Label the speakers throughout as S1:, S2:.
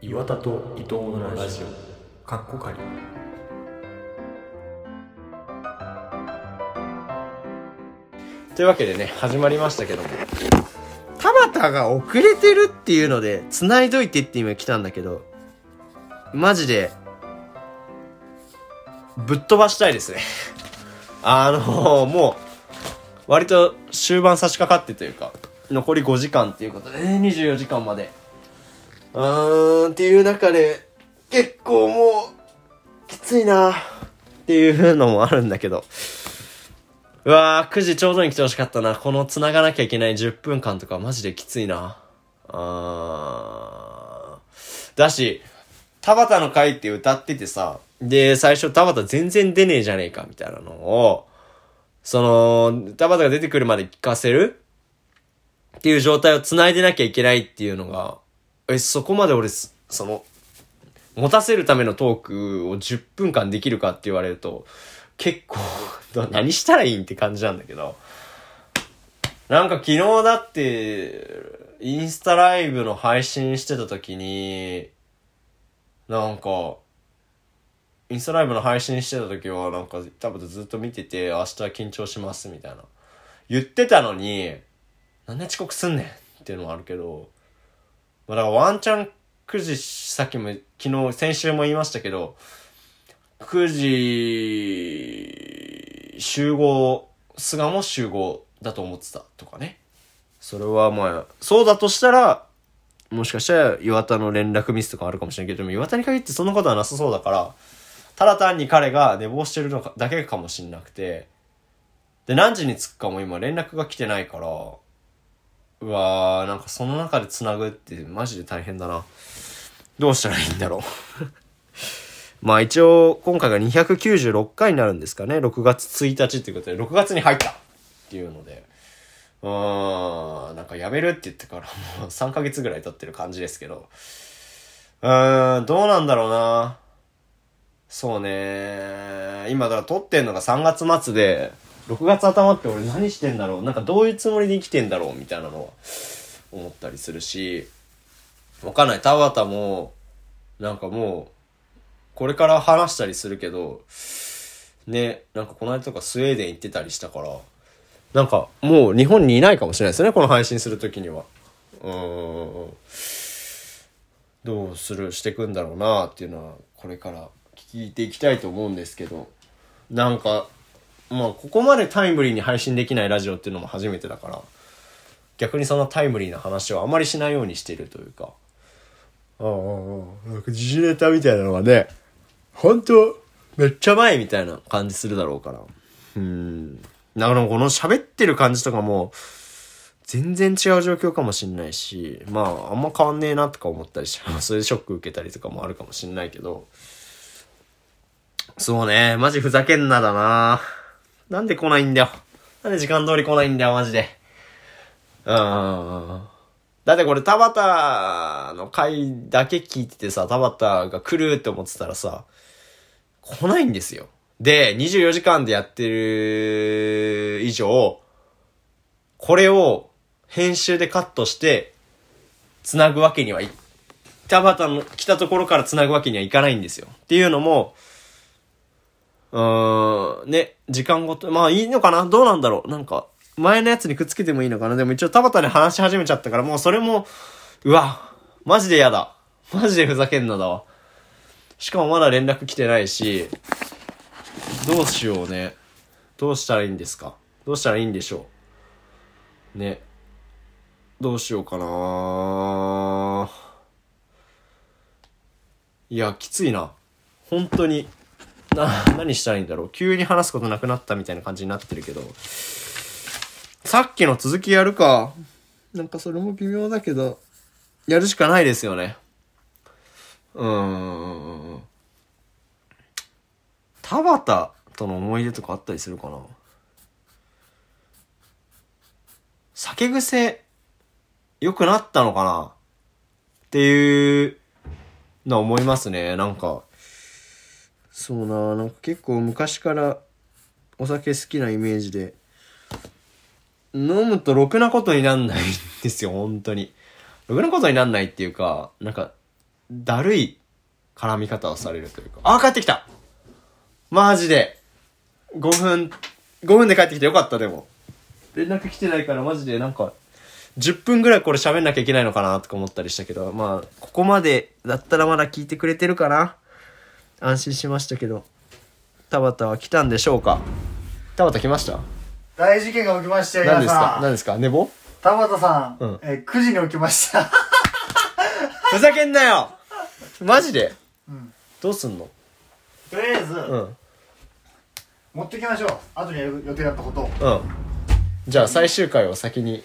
S1: 岩田と伊藤のラジオかっこかり
S2: というわけでね始まりましたけども
S3: 田畑が遅れてるっていうので、繋いどいてって今来たんだけど、マジで、ぶっ飛ばしたいですね。 あのもう、割と終盤差し掛かってというか、残り5時間っていうことで、24時間まで。うーん、っていう中で、結構もう、きついなっていうのもあるんだけど。うわー、9時ちょうどに来てほしかったな。この繋がなきゃいけない10分間とかマジできついな。あー。だし、田畑の会って歌っててさ、で、最初田畑全然出ねえじゃねえか、みたいなのを、その、田畑が出てくるまで聞かせるっていう状態を繋いでなきゃいけないっていうのが、え、そこまで俺す、その、持たせるためのトークを10分間できるかって言われると、結構、 ど何したらいいんって感じなんだけど、なんか昨日だって、インスタライブの配信してた時に、なんか、インスタライブの配信してた時はなんか多分ずっと見てて、明日緊張しますみたいな。言ってたのに、なんで遅刻すんねんっていうのもあるけど、まあだからワンチャン9時、さっきも昨日、先週も言いましたけど、9時集合、菅も集合だと思ってたとかね。それはまあ、そうだとしたら、もしかしたら岩田の連絡ミスとかあるかもしれんけど、でも岩田に限ってそんなことはなさそうだから、ただ単に彼が寝坊してるのかだけかもしれなくて、で、何時に着くかも今連絡が来てないから、うわー、なんかその中で繋ぐってマジで大変だな。どうしたらいいんだろう。まあ一応、今回が296回になるんですかね。6月1日っていうことで、6月に入ったっていうので、うーん、なんかやめるって言ってからもう3ヶ月ぐらい経ってる感じですけど、うーん、どうなんだろうな。そうね。今だから撮ってんのが3月末で、6月頭って俺何してんだろうなんかどういうつもりで生きてんだろうみたいなのは思ったりするし、わかんない。田畑も、なんかもう、これから話したりするけど、ね、なんかこの間とかスウェーデン行ってたりしたから、なんかもう日本にいないかもしれないですね、この配信するときには。うーん。どうする、してくんだろうなっていうのは、これから聞いていきたいと思うんですけど、なんか、まあここまでタイムリーに配信できないラジオっていうのも初めてだから、逆にそんなタイムリーな話をあまりしないようにしてるというか、なんか時事ネタみたいなのがね、本当めっちゃ前みたいな感じするだろうから。うん。だからこの喋ってる感じとかも、全然違う状況かもしんないし、まあ、あんま変わんねえなとか思ったりして、 それでショック受けたりとかもあるかもしんないけど、そうね、マジふざけんなだななんで来ないんだよ。なんで時間通り来ないんだよ、マジで。うーん。だってこれ田畑の回だけ聞いててさ、田畑が来るって思ってたらさ、来ないんですよ。で、24時間でやってる以上、これを編集でカットして、繋ぐわけにはい、田畑の来たところから繋ぐわけにはいかないんですよ。っていうのも、うーん、ね、時間ごと、まあいいのかなどうなんだろうなんか、前のやつにくっつけてもいいのかなでも一応田畑で話し始めちゃったから、もうそれも、うわ、マジで嫌だ。マジでふざけんなだわ。しかもまだ連絡来てないし、どうしようね。どうしたらいいんですかどうしたらいいんでしょうね。どうしようかないや、きついな。本当に。な、何したらいいんだろう。急に話すことなくなったみたいな感じになってるけど。さっきの続きやるか。なんかそれも微妙だけど、やるしかないですよね。うーん。田畑との思い出とかあったりするかな酒癖、良くなったのかなっていうのは思いますね。なんか、そうな、なんか結構昔からお酒好きなイメージで、飲むとろくなことになんないんですよ、本当に。ろくなことになんないっていうか、なんか、だるい絡み方をされるというか。あ、帰ってきたマジで。5分、5分で帰ってきてよかった、でも。連絡来てないからマジでなんか、10分ぐらいこれ喋んなきゃいけないのかなとか思ったりしたけど、まあ、ここまでだったらまだ聞いてくれてるかな安心しましたけど。田畑は来たんでしょうか田畑来ました
S4: 大事件が起きましたよ、
S3: 何
S4: 皆
S3: ですか
S4: さ
S3: 何
S4: ん。
S3: ですか寝坊
S4: 田畑さ
S3: うん
S4: ん、えー9時に起きました。
S3: ふざけんなよマジで、
S4: ん
S3: どうすんの
S4: とりあえず、
S3: うん。
S4: 持ってきましょう。後にやる予定だったことを。
S3: うん。じゃあ最終回を先に。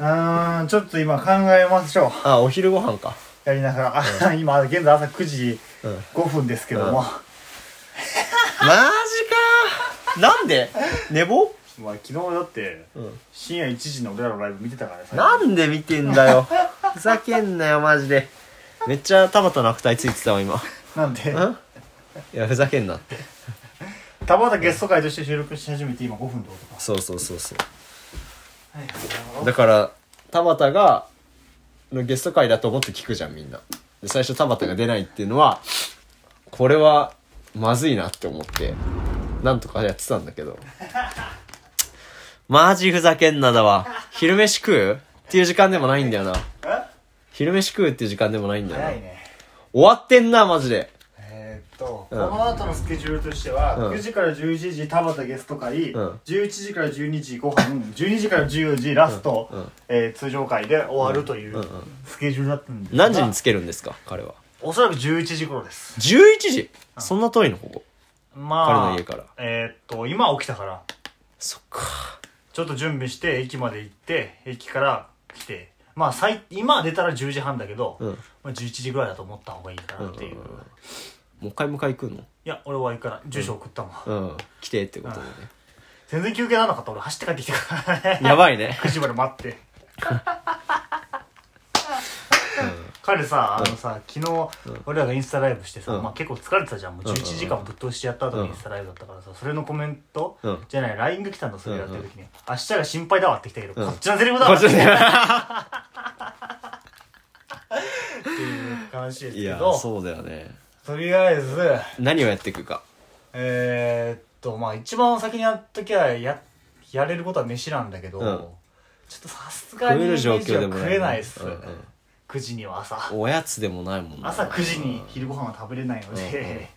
S4: うーん、ちょっと今考えましょう。
S3: あ、お昼ご飯か。
S4: やりながら。あ 今、現在朝9時
S3: うん
S4: 5分ですけども。
S3: マジかなんで寝坊
S4: まあ、昨日だって、
S3: ん
S4: 深夜1時の俺らのライブ見てたからさ。
S3: なんで見てんだよ。ふざけんなよ、マジで。めっちゃ田畑の悪態ついてたわ、今。
S4: なんで、
S3: んいや、ふざけんなって。
S4: 田畑ゲスト会として収録し始めて今5分ってことか。
S3: そうそうそうそう。
S4: はい、
S3: だから、田畑が、のゲスト会だと思って聞くじゃん、みんな。で、最初田畑が出ないっていうのは、これは、まずいなって思って、なんとかやってたんだけど。マジふざけんなだわ。昼飯食うっていう時間でもないんだよな。昼飯食うっていう時間でもないんだよな。
S4: 早い
S3: 終
S4: ね。
S3: わってんな、マジで。
S4: えーっと、
S3: ん
S4: この後のスケジュールとしては、
S3: うん
S4: 9時から11時田畑ゲスト会、
S3: うん
S4: 11時から12時ご飯12時から14時ラスト、
S3: うんうん
S4: えー通常会で終わるとい
S3: んう
S4: うん
S3: うん
S4: スケジュールだったんですが
S3: 何時につけるんですか彼は
S4: おそらく11時頃です
S3: 11時そんな遠いのここ
S4: まあ
S3: 彼の家から
S4: えーっと今起きたから
S3: そっか
S4: ちょっと準備して駅まで行って駅から来てまあ最今出たら10時半だけど、
S3: うん
S4: まあ、11時ぐらいだと思った方がいいかなっていう、
S3: うんうんうん
S4: い
S3: もう一回迎え行くの
S4: や俺はいいから住所送ったもん、
S3: うん来てってことでね
S4: 全然休憩ならなかった俺走って帰ってきたからね
S3: やばいね
S4: 9時まで待って彼さあのさ昨日俺らがインスタライブしてさ、
S3: うん
S4: まあ、結構疲れてたじゃんもう
S3: うんうん
S4: 11時間ぶっ通してやった後のインスタライブだったからさそれのコメント、
S3: うん
S4: じゃない LINE が来たんだそれやってる時に、明日が心配だわ」って来たけど、
S3: うん
S4: こっちのセリフだ
S3: こ
S4: わ
S3: っ
S4: って
S3: ち
S4: いう
S3: ね
S4: 話 です
S3: い
S4: け
S3: や
S4: ど
S3: そうだよね
S4: とりあえず
S3: 何をやっていくか
S4: えー、っとまあ一番先にやっときゃややれることは飯なんだけど、
S3: うん
S4: ちょっとさすが
S3: 食
S4: に
S3: える
S4: 飯
S3: 状
S4: は
S3: 況でも
S4: 食えないっす、
S3: うんうん
S4: 9時には朝
S3: おやつでもないもんな
S4: 朝9時に昼ご飯は食べれない ので、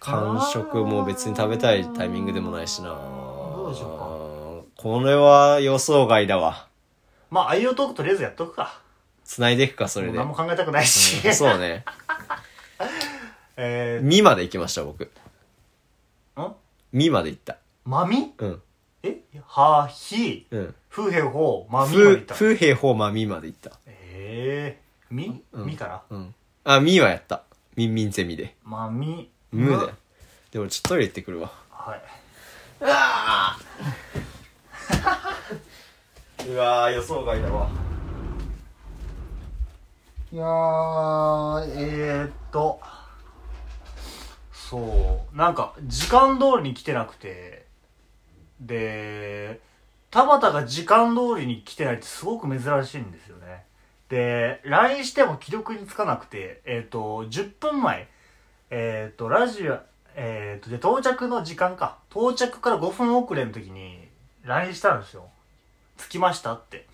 S3: 間食も別に食べたいタイミングでもないしな
S4: どうでしょ
S3: これは予想外だわ
S4: まあ、アイオトークとりあえずやっとくか。
S3: 繋いでいくかそれ
S4: もう
S3: で
S4: 何も考えたくないし。
S3: そうね「
S4: え
S3: み」まで行きました僕
S4: ー、ん
S3: 「み」まで行った
S4: まみ
S3: うん
S4: えは、ひ、
S3: うん
S4: ふへほ、まみまでい
S3: ふ
S4: った。
S3: 風平法まみまで行った
S4: えー、み、みから
S3: うん。あ、みーはやった。みんみんゼミで。
S4: まみ、
S3: むだよ
S4: む。
S3: でもちょっとトイレ行ってくるわ。
S4: はい。
S3: うわー、 予想外だわ。
S4: いやー、えー、っと、そう、なんか、時間通りに来てなくて、で、田畑が時間通りに来てないってすごく珍しいんですよね。で、LINE しても既読につかなくて、えー、っと、10分前、えー、っと、ラジオ、えー、っと、で、到着の時間か。到着から5分遅れの時に、LINE したんですよ。着きましたって。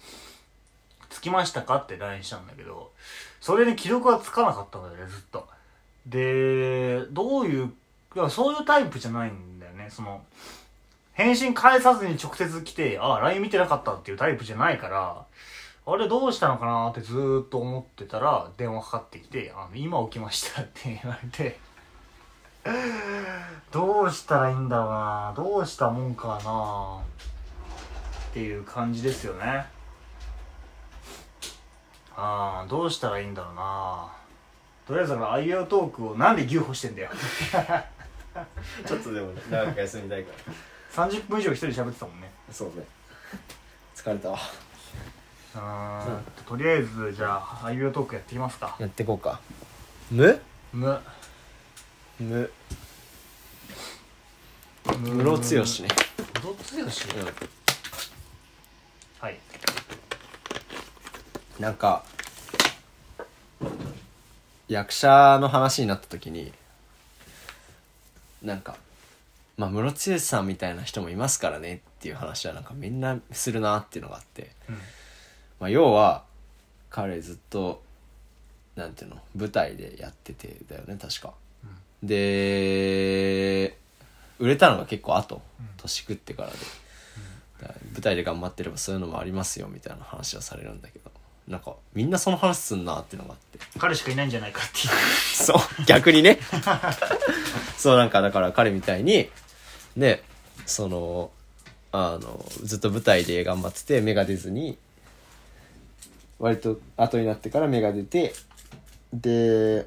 S4: 着きましたかって LINE したんだけど、それに記録がつかなかったんだよね、ずっと。で、どういう、いやそういうタイプじゃないんだよね、その、返信返さずに直接来て、あ、LINE 見てなかったっていうタイプじゃないから、あれどうしたのかなってずーっと思ってたら、電話かかってきて、あの、今起きましたって言われて、どうしたらいいんだろうなどうしたもんかなっていう感じですよね。ああどうしたらいいんだろうなとりあえずあイアウトークをなんで牛歩してんだよ
S3: ちょっとでも、長く休みたいか
S4: 30分以上一人で喋ってたもんね
S3: ら。そうね。 疲れたわ。
S4: あーとりあえずじゃあアイアウトークやっていきますか
S3: やってこうか。む
S4: む
S3: む。
S4: む
S3: ムロツヨシね。
S4: ムロツヨシ
S3: うん。
S4: はい
S3: なんか、役者の話になった時になんかまあムロツヨシさんみたいな人もいますからねっていう話はなんかみんなするなっていうのがあって、
S4: うん
S3: まあ、要は彼ずっとなんていうの舞台でやっててだよね確か、で売れたのが結構後年食ってからで、だから舞台で頑張ってればそういうのもありますよみたいな話はされるんだけどなんかみんなその話すんなっていうのがあって
S4: 彼しかいないんじゃないかっていう
S3: そう、逆にね。 そう、なんか、だから彼みたいに、ね、その、あの、ずっと舞台で頑張ってて、芽が出ずに、割と後になってから芽が出て、で、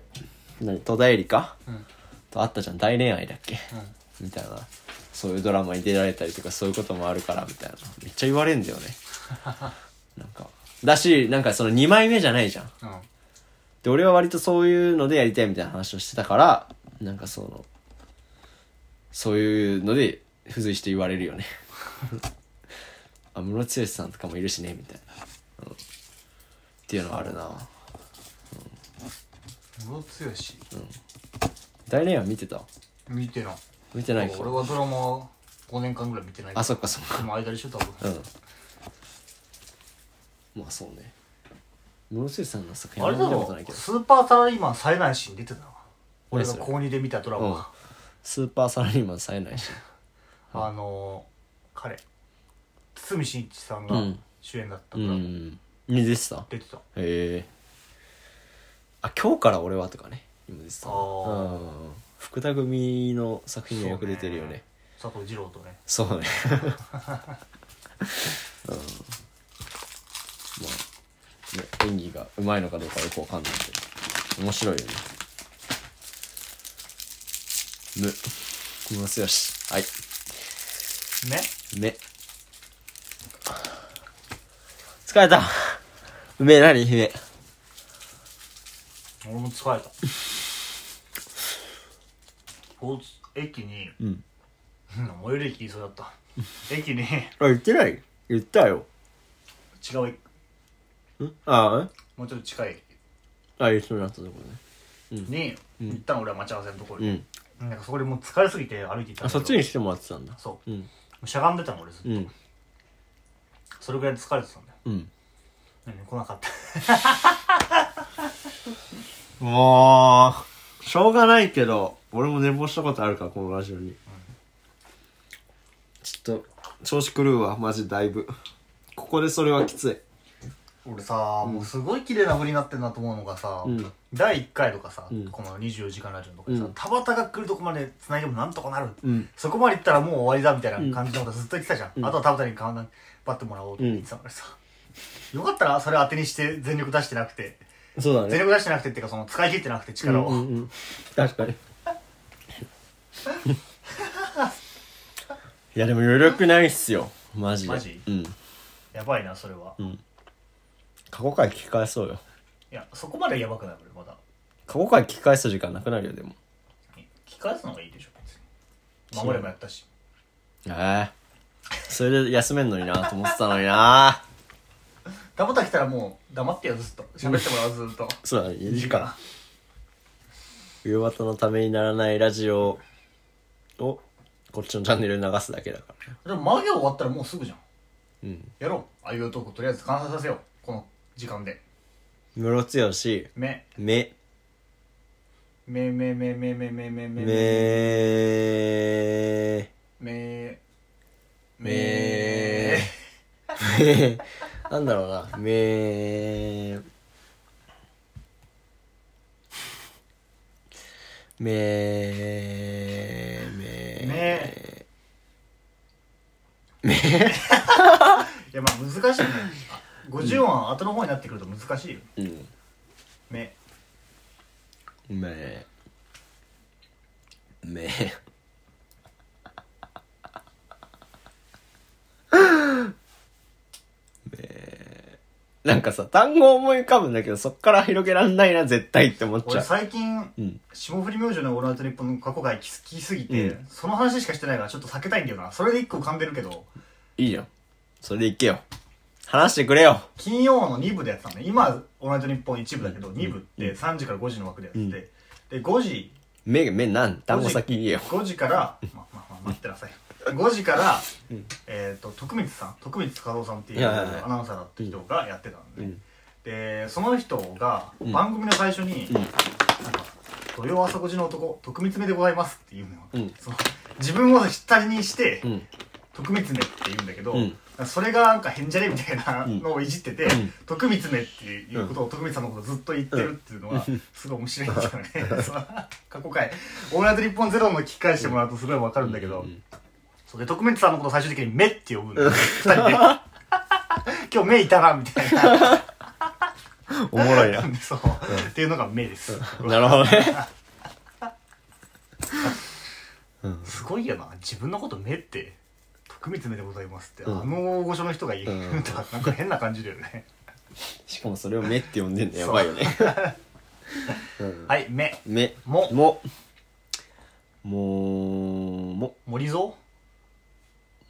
S3: 何、戸田恵梨香、
S4: うん
S3: と会ったじゃん、大恋愛だっけ、みたいな。そういうドラマに出られたりとか、そういうこともあるから、みたいな。めっちゃ言われんだよ ね。なんか。だし、なんかその2枚目じゃないじゃん。
S4: うん
S3: で俺は割とそういうのでやりたいみたいな話をしてたからなんかそのそういうので付随して言われる よねあ室ロさんとかもいるしねみたいな、うんっていうのはあるな
S4: ム ロツヨシ
S3: 大恋愛見てた
S4: 見てない
S3: 見てないか
S4: 俺はドラマ5年間ぐらい見てない
S3: あそっかそっか
S4: でも間でしょ多
S3: う
S4: 分、
S3: んまあそうね室ロさんの作品
S4: あ
S3: は
S4: れ
S3: 見
S4: だ
S3: たことな
S4: ろ
S3: いけど
S4: スーパーサラリーマン冴えないシーン出てたわ俺
S3: 何
S4: が
S3: それ
S4: 高2で見たドラマ、
S3: スーパーサラリーマン冴えないし
S4: あのー彼堤真一さん
S3: う
S4: が
S3: ん
S4: 主演だった
S3: う
S4: から
S3: ん見てた
S4: 出てた、
S3: へえあ今日から俺はとかね今出てた
S4: あー
S3: うん福田組の作品にはよく出てるよね
S4: 佐藤二朗とね
S3: そうね うんまあね演技がうまいのかどうかよくわかんないけど面白いよねむむのすよしはい
S4: ね
S3: 目疲れた目何目
S4: 俺も疲れた交通駅に、
S3: ん
S4: うん最寄り駅言いそうだった駅に違
S3: あ言ってない言ったよ
S4: う駅
S3: あ
S4: もうちょっと近い駅
S3: あ、あ、一緒になったとこね。
S4: に、一旦俺は待ち合わせのところ
S3: う
S4: に、
S3: ん。
S4: なんかそこでもう疲れすぎて歩いていったん
S3: あ、
S4: だけ
S3: そ
S4: ど
S3: っちに来てもらってたんだ。
S4: そうう、
S3: ん。
S4: しゃがんでたの俺ずっと、
S3: うん。
S4: それぐらいで疲れてたんだよ
S3: うん。
S4: なのに来なかった
S3: もう、しょうがないけど、俺も寝坊したことあるから、このラジオに。ちょっと、調子狂うわ、マジだいぶ。ここでそれはきつい。
S4: 俺さ、もうすごい綺麗なふりになってんなと思うのがさ、
S3: うん
S4: 第1回とかさ、
S3: うん
S4: この24時間ラジオのとこでさ、
S3: うん
S4: 田畑が来るとこまで繋いでもなんとかなる、
S3: うん。
S4: そこまで行ったらもう終わりだみたいな感じのことずっと言ってたじゃん、あとは田畑に頑張ってもらおうって言ってたのにさ、よかったらそれ当てにして全力出してなくて
S3: そうだ
S4: 全。力出してなくてっていうかその使い切ってなくて力を、
S3: うんうん、確 かに。いや、でも余力ないっすよ。マジで。
S4: マジ
S3: うん。
S4: やばいなそれは、い
S3: 過去回聞き返そうよ。
S4: やそこまでやばくない俺まだ
S3: 過去回聞き返す時間なくなるよ、でも。
S4: 聞き返すのがいいでしょ別に守れもやったし
S3: ええそれで休めんのになと思ってたのにな
S4: 田畑来たらもう黙ってよずっと喋ってもらおうずっと
S3: そうだね2時間冬バトのためにならないラジオをこっちのチャンネルに流すだけだからね
S4: でもマギ終わったらもうすぐじゃん
S3: うん
S4: やろうああいうトークとりあえず完成させようこの時間で
S3: ムロツヨシ
S4: 目
S3: め
S4: 目目目目目目目目
S3: め
S4: 目
S3: め
S4: 目
S3: めなんだろうなめめめ
S4: 目いやまあ難しいねあ50音は後の方になってくると難しいよ
S3: うん
S4: 目
S3: めめめなんかさ単語思い浮かぶんだけどそっから広げらんないな絶対って思っち
S4: 俺
S3: ゃう
S4: 最近
S3: うん
S4: 霜降り明星の「オールナイトニッポン」の過去回聞きすぎて、
S3: うん
S4: その話しかしてないからちょっと避けたいんだよなそれで一個噛んでるけど
S3: いいよそれでいけよ話してくれよ。
S4: 金曜の2部でやってたのね今同じ日本一部だけど2部って3時から5時の枠でやってて、で5時
S3: 目、目なん単語先言えよ。
S4: 5時から、まあまあまあ、待ってなさい5時 から、えっと徳光さん徳光和夫さんっていう
S3: いやいやいや
S4: アナウンサーだって人がやってたの
S3: う
S4: で、
S3: ん
S4: でその人が番組の最初に「なんか土曜朝5時の男徳光めでございます」っていうのを、
S3: ん
S4: その自分をひったりにして、
S3: ん
S4: 徳光めって言うんだけど、
S3: うん
S4: なんかそれがなんか変じゃねみたいなのをいじってて、徳光めっていうことを徳光さんのことずっと言ってるっていうのはすごい面白いんですよね。 その過去回「オールナイトニッポンゼロの聞き返してもらうとすごいわかるんだけど、そうで徳光さんのことを最終的に「め」って呼ぶんだよ二人で 今日目いたなみたいな
S3: おもろいな。
S4: そう、っていうのが目です、
S3: なるほどね。
S4: すごいよな自分のこと目って徳光目でございますって、あの大御所の人が言うんだ、なんか変な感じだよね
S3: しかもそれを目って呼んでんのやばいよね。
S4: はい目
S3: 目。
S4: も
S3: も。もう、も。
S4: 森蔵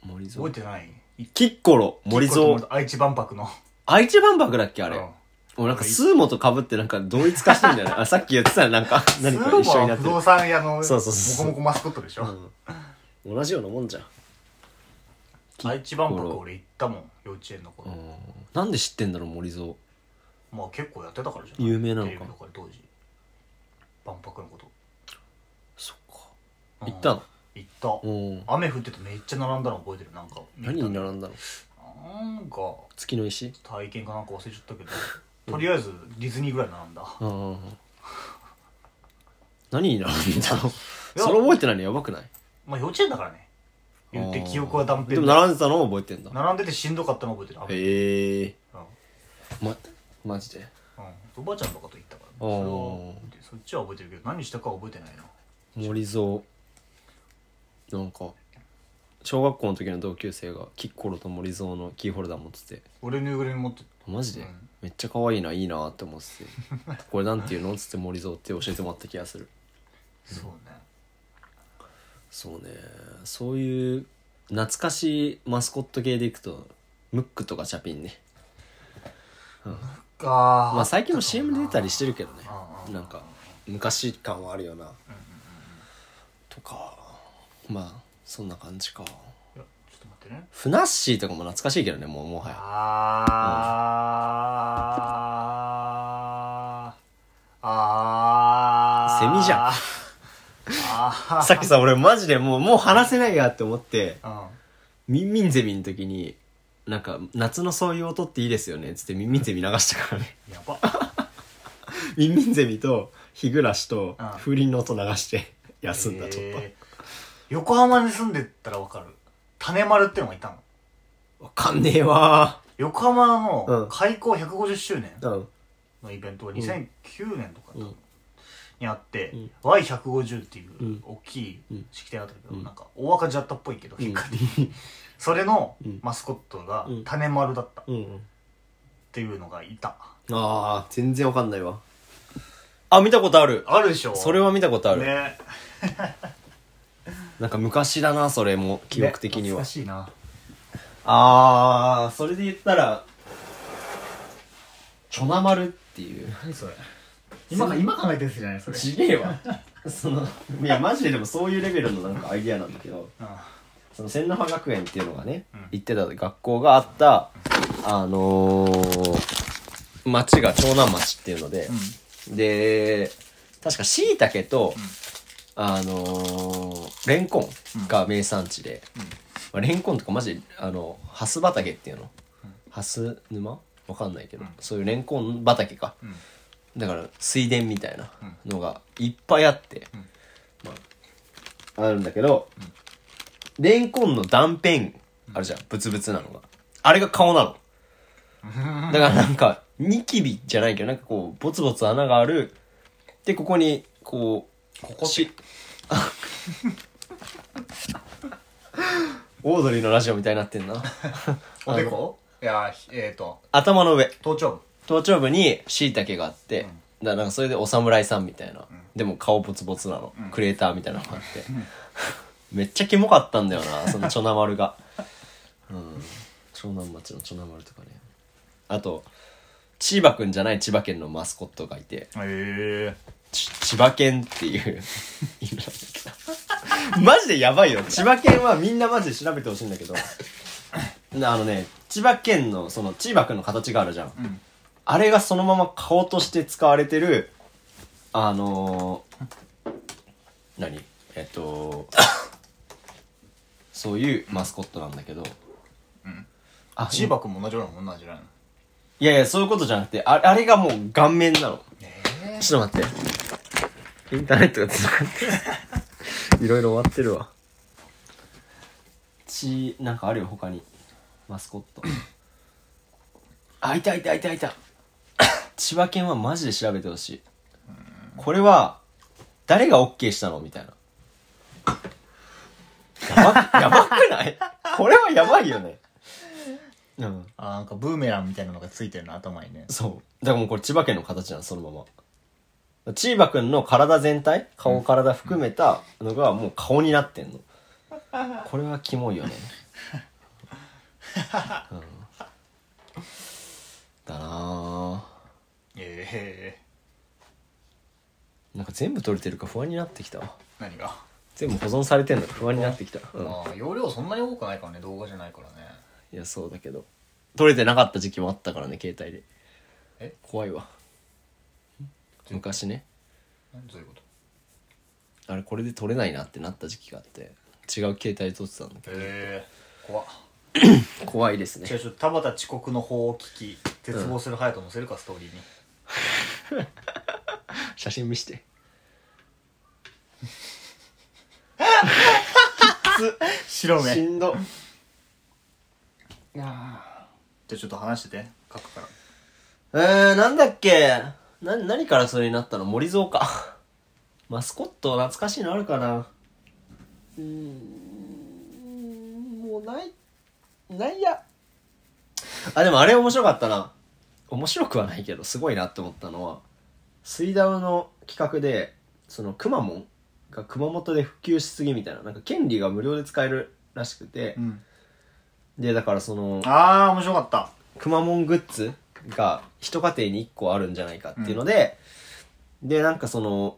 S3: 森
S4: 覚え
S3: 蔵。
S4: てない
S3: キッコロ、森
S4: 蔵
S3: 蔵。
S4: 愛知万博の
S3: 愛知万博だっけあれ。
S4: うん
S3: 俺なんかスーモと被ってなんか同一化してんじゃないあ、さっき言ってたらなんか、
S4: スー
S3: 何か
S4: モ
S3: 一緒にな
S4: は
S3: っ
S4: 不
S3: てる
S4: 動産屋のモ
S3: そうそうそう
S4: コモコマスコットでしょ、
S3: うん。同じようなもんじゃん。
S4: 愛知万博俺行ったもん幼稚園の頃、
S3: うんなんで知ってんだろう、森蔵。
S4: まあ結構やってたからじゃない
S3: 有名なのか
S4: テレビとかで当時万博のこと
S3: そっか。
S4: うん
S3: 行ったの
S4: 行った、
S3: うん。
S4: 雨降っててめっちゃ並んだの覚えてるなんか
S3: 何に並んだの
S4: なんか
S3: 月の石
S4: 体験かなんか忘れちゃったけどとりあえずディズニーぐらい並んだ
S3: うん。何に並んだの
S4: や
S3: それ覚えてないのやばくない
S4: まあ幼稚園だからね言って記憶は断片
S3: でも並んでたのを覚えてんだ。
S4: 並んでてしんどかったの覚えてる雨
S3: へえ。
S4: うん
S3: ま、マジで
S4: うんおばあちゃんとかと行ったからね
S3: あ
S4: そ
S3: ー
S4: れはでそっちは覚えてるけど何したかは覚えてないな
S3: 森蔵。なんか、小学校の時の同級生がキッコロと森蔵のキーホルダー持ってて。
S4: 俺ぬいぐるみ持って
S3: マジで、
S4: うん
S3: めっちゃ可愛いないいなって思っててこれなんていうのっつって森蔵って教えてもらった気がする
S4: そうね
S3: そうねそういう懐かしいマスコット系でいくとムックとかチャピンね
S4: あ
S3: まあ最近も
S4: あったか
S3: CM で出たりしてるけどね
S4: うんうん
S3: なんか昔感はあるよなとかまあそんな感じか
S4: いやちょっと待ってね
S3: フナッシーとかも懐かしいけどねもうもはや
S4: あーあー
S3: セミじゃん
S4: あ
S3: さっきさ俺マジでもうもう話せないやって思って
S4: ー
S3: ミンミンゼミの時に、なんか、夏のそういう音っていいですよね、つってミンミンゼミ流したから ね。
S4: うんやば
S3: ミンミンゼミと、日暮らしと
S4: うん、
S3: 風鈴の音流して、休んだ、ちょっ
S4: えー横浜に住んでったらわかる種丸ってのがいたの
S3: と。わかんねえわ
S4: 横浜
S3: う
S4: の
S3: ん
S4: 開港150周年
S3: ー。うん。
S4: のイベントが2009年とかだったの
S3: うん
S4: にあって、
S3: うん
S4: Y150 っていう
S3: うん
S4: 大きい式典だったけど、
S3: うん
S4: なんか大赤字だったっぽいけど、結 果的にそれの
S3: うん
S4: マスコットが
S3: うん
S4: 種丸だったっ
S3: うん。
S4: ていうのがいた、
S3: あー、全然わかんないわ。あ、見たことある。
S4: あるでしょ
S3: それは見たことある。
S4: ね
S3: なんか昔だな、それも、記憶的に
S4: ね
S3: は。
S4: 懐かしいな
S3: あー、それで言ったら、チョナマルっていう。
S4: 何それ今今考えてるやつじゃないそれ
S3: ちげえ わ。その、いや、マジででもそういうレベルのなんかアイディアなんだけど。
S4: あ
S3: その千の葉学園っていうのがね、
S4: うん
S3: 行ってた学校があった、あのー、町が長南町っていうので、で、確か椎茸と、あのー、レンコンが名産地で、まあ、レンコンとかマジで、あの、ハス畑っていうの、ハス沼わかんないけど、
S4: うん
S3: そういうレンコン畑か。
S4: うん
S3: だから水田みたいなのがいっぱいあって、
S4: ん
S3: まあ、あるんだけど、レンコンの断片あるじゃんブツブツなのがあれが顔 なのだからなんかニキビじゃないけどなんかこうボツボツ穴があるでここにこうここ しオードリーのラジオみたいになってんな
S4: おでこいやひえっ、と
S3: 頭の上
S4: 頭頂
S3: 頭頂部に椎茸があって、だからなんかそれでお侍さんみたいな、でも顔ボツボツなの、クレーターみたいなのがあって、めっちゃキ モかったんだよなそのチョナマルがうん長南町のチョナマルとかねあと、千葉くんじゃない千葉県のマスコットがいて、
S4: え
S3: ち千葉県っていう 犬なんだけど。マジでやばいよ。千葉県はみんなマジで調べてほしいんだけど。あのね、千葉県の、その、千葉くんの形があるじゃん。
S4: ん
S3: あれがそのまま顔として使われてる、あのー何えっと、そういうマスコットなんだけど。あ、
S4: 千葉君も同じようなもんなんじゃないの
S3: いやいや、そういうことじゃなくて、ああれがもう顔面なの。ちょっと待って。インターネットがつなが って。いろいろ終わってるわ。ち、なんかあるよ、他に。マスコット。あ、いたいたいたいた。 千葉県はマジで調べてほしい。これは、誰が OK したのみたいな。やばく、やばくないこれはやばいよね。うん。
S4: あなんかブーメランみたいなのがついてるの頭にね
S3: そう。だからもうこれ千葉県の形なの、そのまま。千葉くんの体全体、顔、体含めたのがもう顔になってんの。これはキモいよね。うん、だなぁ。
S4: ええ
S3: なんか全部取れてるか不安になってきたわ。
S4: 何が
S3: 全部保存されてんのか不安になってきた。うん。
S4: まあ容量そんなに多くないからね動画じゃないからね
S3: いや、そうだけど。取れてなかった時期もあったからね、携帯で。
S4: え
S3: 怖いわ。昔ね。
S4: 何どういうこと
S3: あれこれで撮れないなってなった時期があって違う携帯で撮ってたんだけ
S4: ええ怖っ
S3: ど怖いです
S4: じゃあちょっと田畑遅刻の方を聞き絶望する隼人載せるかストーリーに
S3: 写真見して
S4: 白目
S3: しんど
S4: じゃあちょっと話してて書くから
S3: えー、なんだっけな何からそれになったの森蔵か マスコット懐かしいのあるかなうーんもうないないやあでもあれ面白かったな面白くはないけどすごいなって思ったのは水ダウの企画でそのくまモンが熊本で普及しすぎみたいななんか権利が無料で使えるらしくて、
S4: ん
S3: でだからその
S4: ああ面白かった
S3: くまモングッズが一家庭に1個あるんじゃないかっていうので、でなんかその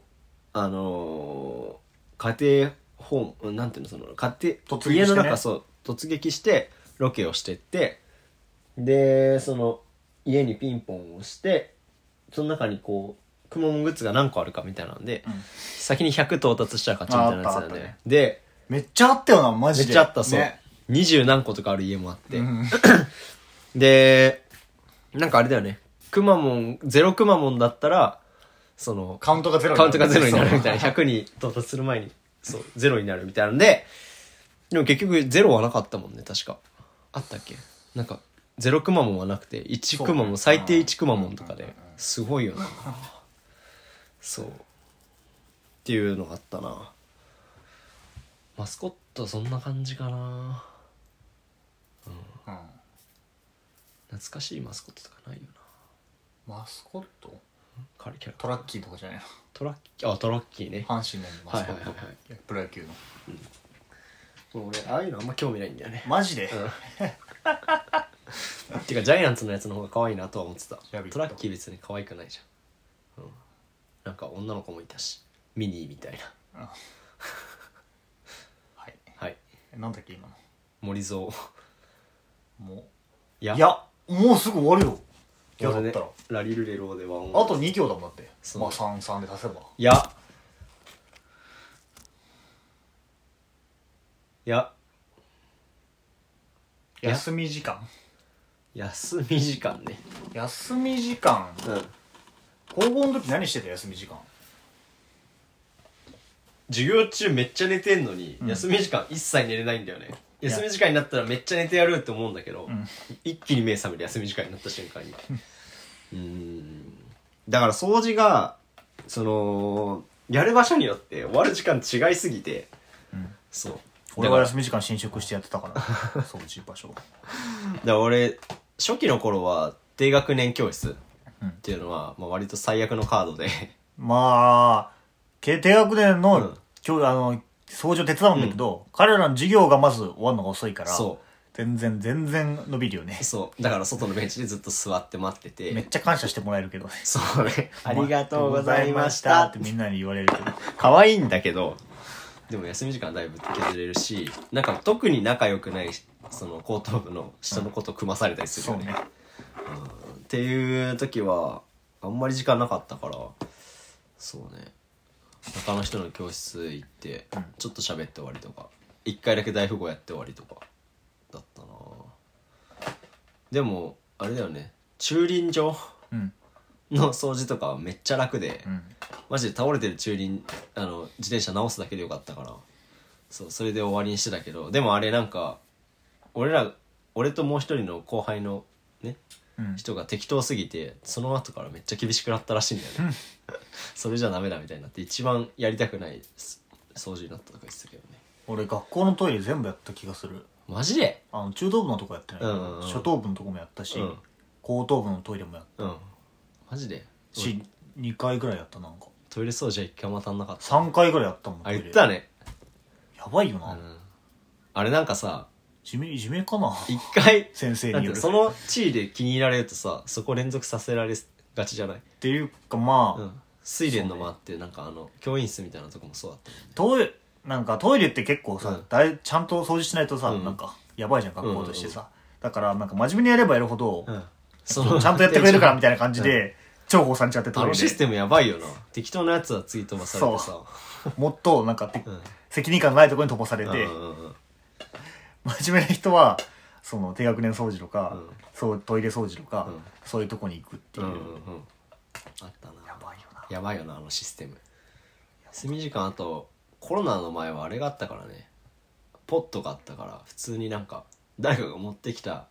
S3: あのー家庭訪問なんていうのその家庭
S4: 突撃してね
S3: 家の中そう突撃してロケをしてってでその家にピンポンをしてその中にこうくまモングッズが何個あるかみたいなんで、
S4: うん
S3: 先に100到達したら勝ちみたいなやつだよ
S4: ああったあった
S3: ね
S4: ね
S3: で
S4: めっちゃあったよなマ
S3: め
S4: ジ
S3: っ
S4: で
S3: ちゃあったそう、
S4: ね
S3: 20何個とかある家もあって、
S4: うん
S3: で、なんかあれだよね。くまモン、ゼロくまモンだったら、その、
S4: カウントがゼロ
S3: カウントがゼロになるみたいな。
S4: そう
S3: 100に到達する前に、そう、ゼロになるみたいなんで、でも結局ゼロはなかったもんね、確か。あったっけなんか、ゼロくまモンはなくて、1くまモン、最低1くまモンとかで、すごいよな。そう。っていうのがあったな。マスコットそんな感じかな。
S4: うん
S3: 懐かしいマスコットとかないよな。
S4: マスコット
S3: カリキャラ
S4: トラッキーとかじゃないの
S3: トラッキーあトラッキーね
S4: 阪神のマスコット
S3: はいはいはい
S4: プロ野球の
S3: もう俺ああいうのあんま興味ないんだよね
S4: マジで
S3: てかジャイアンツのやつの方が可愛いなとは思ってた
S4: ラビット
S3: トラッキー別に可愛くないじゃん、うん、なんか女の子もいたしミニーみたいな
S4: はい
S3: はい
S4: なんだっけ今の
S3: 森蔵
S4: も
S3: いう や
S4: いやもうすぐ終わるよいやだ
S3: 俺
S4: っ
S3: ね
S4: たらあ
S3: ラリルレローでワンオン
S4: と2行だもんだって
S3: そう
S4: まあ33で足せば
S3: いやいやや
S4: 休み時間
S3: 休み時間ね
S4: 休み時間
S3: うん
S4: 高校の時何してた休み時間
S3: 授業中めっちゃ寝てんのに、
S4: うん
S3: 休み時間一切寝れないんだよね
S4: いや
S3: 休み時間になったらめっちゃ寝てやるって思うんだけど、
S4: ん
S3: 一気に目覚めて休み時間になった瞬 間にうーんだから掃除がそのやる場所によって終わる時間違いすぎて、
S4: ん
S3: そう
S4: 俺
S3: だ
S4: は
S3: から
S4: 休み時間侵食してやってたから 掃除場所
S3: だから俺初期の頃は低学年教室
S4: うん
S3: っていうのは、まあ、割と最悪のカードで
S4: まあけ低学年の、
S3: うん
S4: 今日あの掃除を手伝うんだけど、彼らの授業がまず終わるのが遅いから
S3: そ
S4: 全然全然伸びるよね
S3: そうだから外のベンチでずっと座って待ってて
S4: めっちゃ感謝してもらえるけどね
S3: そうねありがとうございました
S4: ありがとうございましたってみんなに言われるけど
S3: 可愛いんだけどでも休み時間はだいぶ削れるしなんか特に仲良くないその後頭部の人のこと組まされたりする
S4: そ
S3: よ
S4: う
S3: ね,、
S4: ね
S3: っていう時はあんまり時間なかったからそうね他の人の教室行ってちょっと喋って終わりとか一回だけ大富豪やって終わりとかだったなでもあれだよね駐輪場
S4: うん
S3: の掃除とかはめっちゃ楽で、
S4: うん
S3: マジで倒れてる駐輪あの自転車直すだけでよかったからそうそれで終わりにしてたけどでもあれなんか俺ら俺ともう一人の後輩のね
S4: うん
S3: 人が適当すぎてその後からめっちゃ厳しくなったらしいんだよね それじゃダメだみたいになって一番やりたくないす掃除になったとか言ってたけどね
S4: 俺学校のトイレ全部やった気がする
S3: マジで
S4: あの中等部のとこやってないけど、
S3: うんうんうん
S4: 初等部のとこもやったし、
S3: うん
S4: 後頭部のトイレもやっ
S3: うんマジで
S4: たし、2回ぐらいやったなんか
S3: トイレ掃除は一回も足んなかった
S4: 3回ぐらいやったもん
S3: あ
S4: トイ
S3: 言
S4: レ
S3: ったね、
S4: やばいよ
S3: う
S4: な、
S3: ん、あれなんかさ
S4: 地味いじめかな
S3: 一回
S4: 先生
S3: だっ
S4: によ
S3: て
S4: る
S3: その地位で気に入られるとさそこ連続させられがちじゃない、
S4: っていうかまあ、
S3: うん、睡蓮の間ってなんかあの教員室みたいなとこもそうだった
S4: トイレなんかトイレって結構さ、
S3: うん
S4: だいちゃんと掃除しないとさ、
S3: うん
S4: なんかやばいじゃん学校としてさ、だからなんか真面目にやればやるほ
S3: も
S4: ど、
S3: ん、うん、
S4: そのちゃんとやってくれるからみ
S3: たい
S4: たいな感じで、重宝されちゃってト
S3: あ
S4: イレ
S3: のシステ
S4: で
S3: ムやばいよな適当なやつは次飛ばされてさ
S4: もっとなんかて、
S3: うん
S4: 責任感ないところに飛ばされて、
S3: うんうんうん
S4: 真面目な人はその低学年掃除とか、
S3: うん
S4: そうトイレ掃除とか、
S3: うん
S4: そういうとこに行くっていう、
S3: うんうんうんあったな
S4: やばいよな
S3: やばいよなあのシステム休み時間あとコロナの前はあれがあったからねポットがあったから普通になんか誰かが持ってきた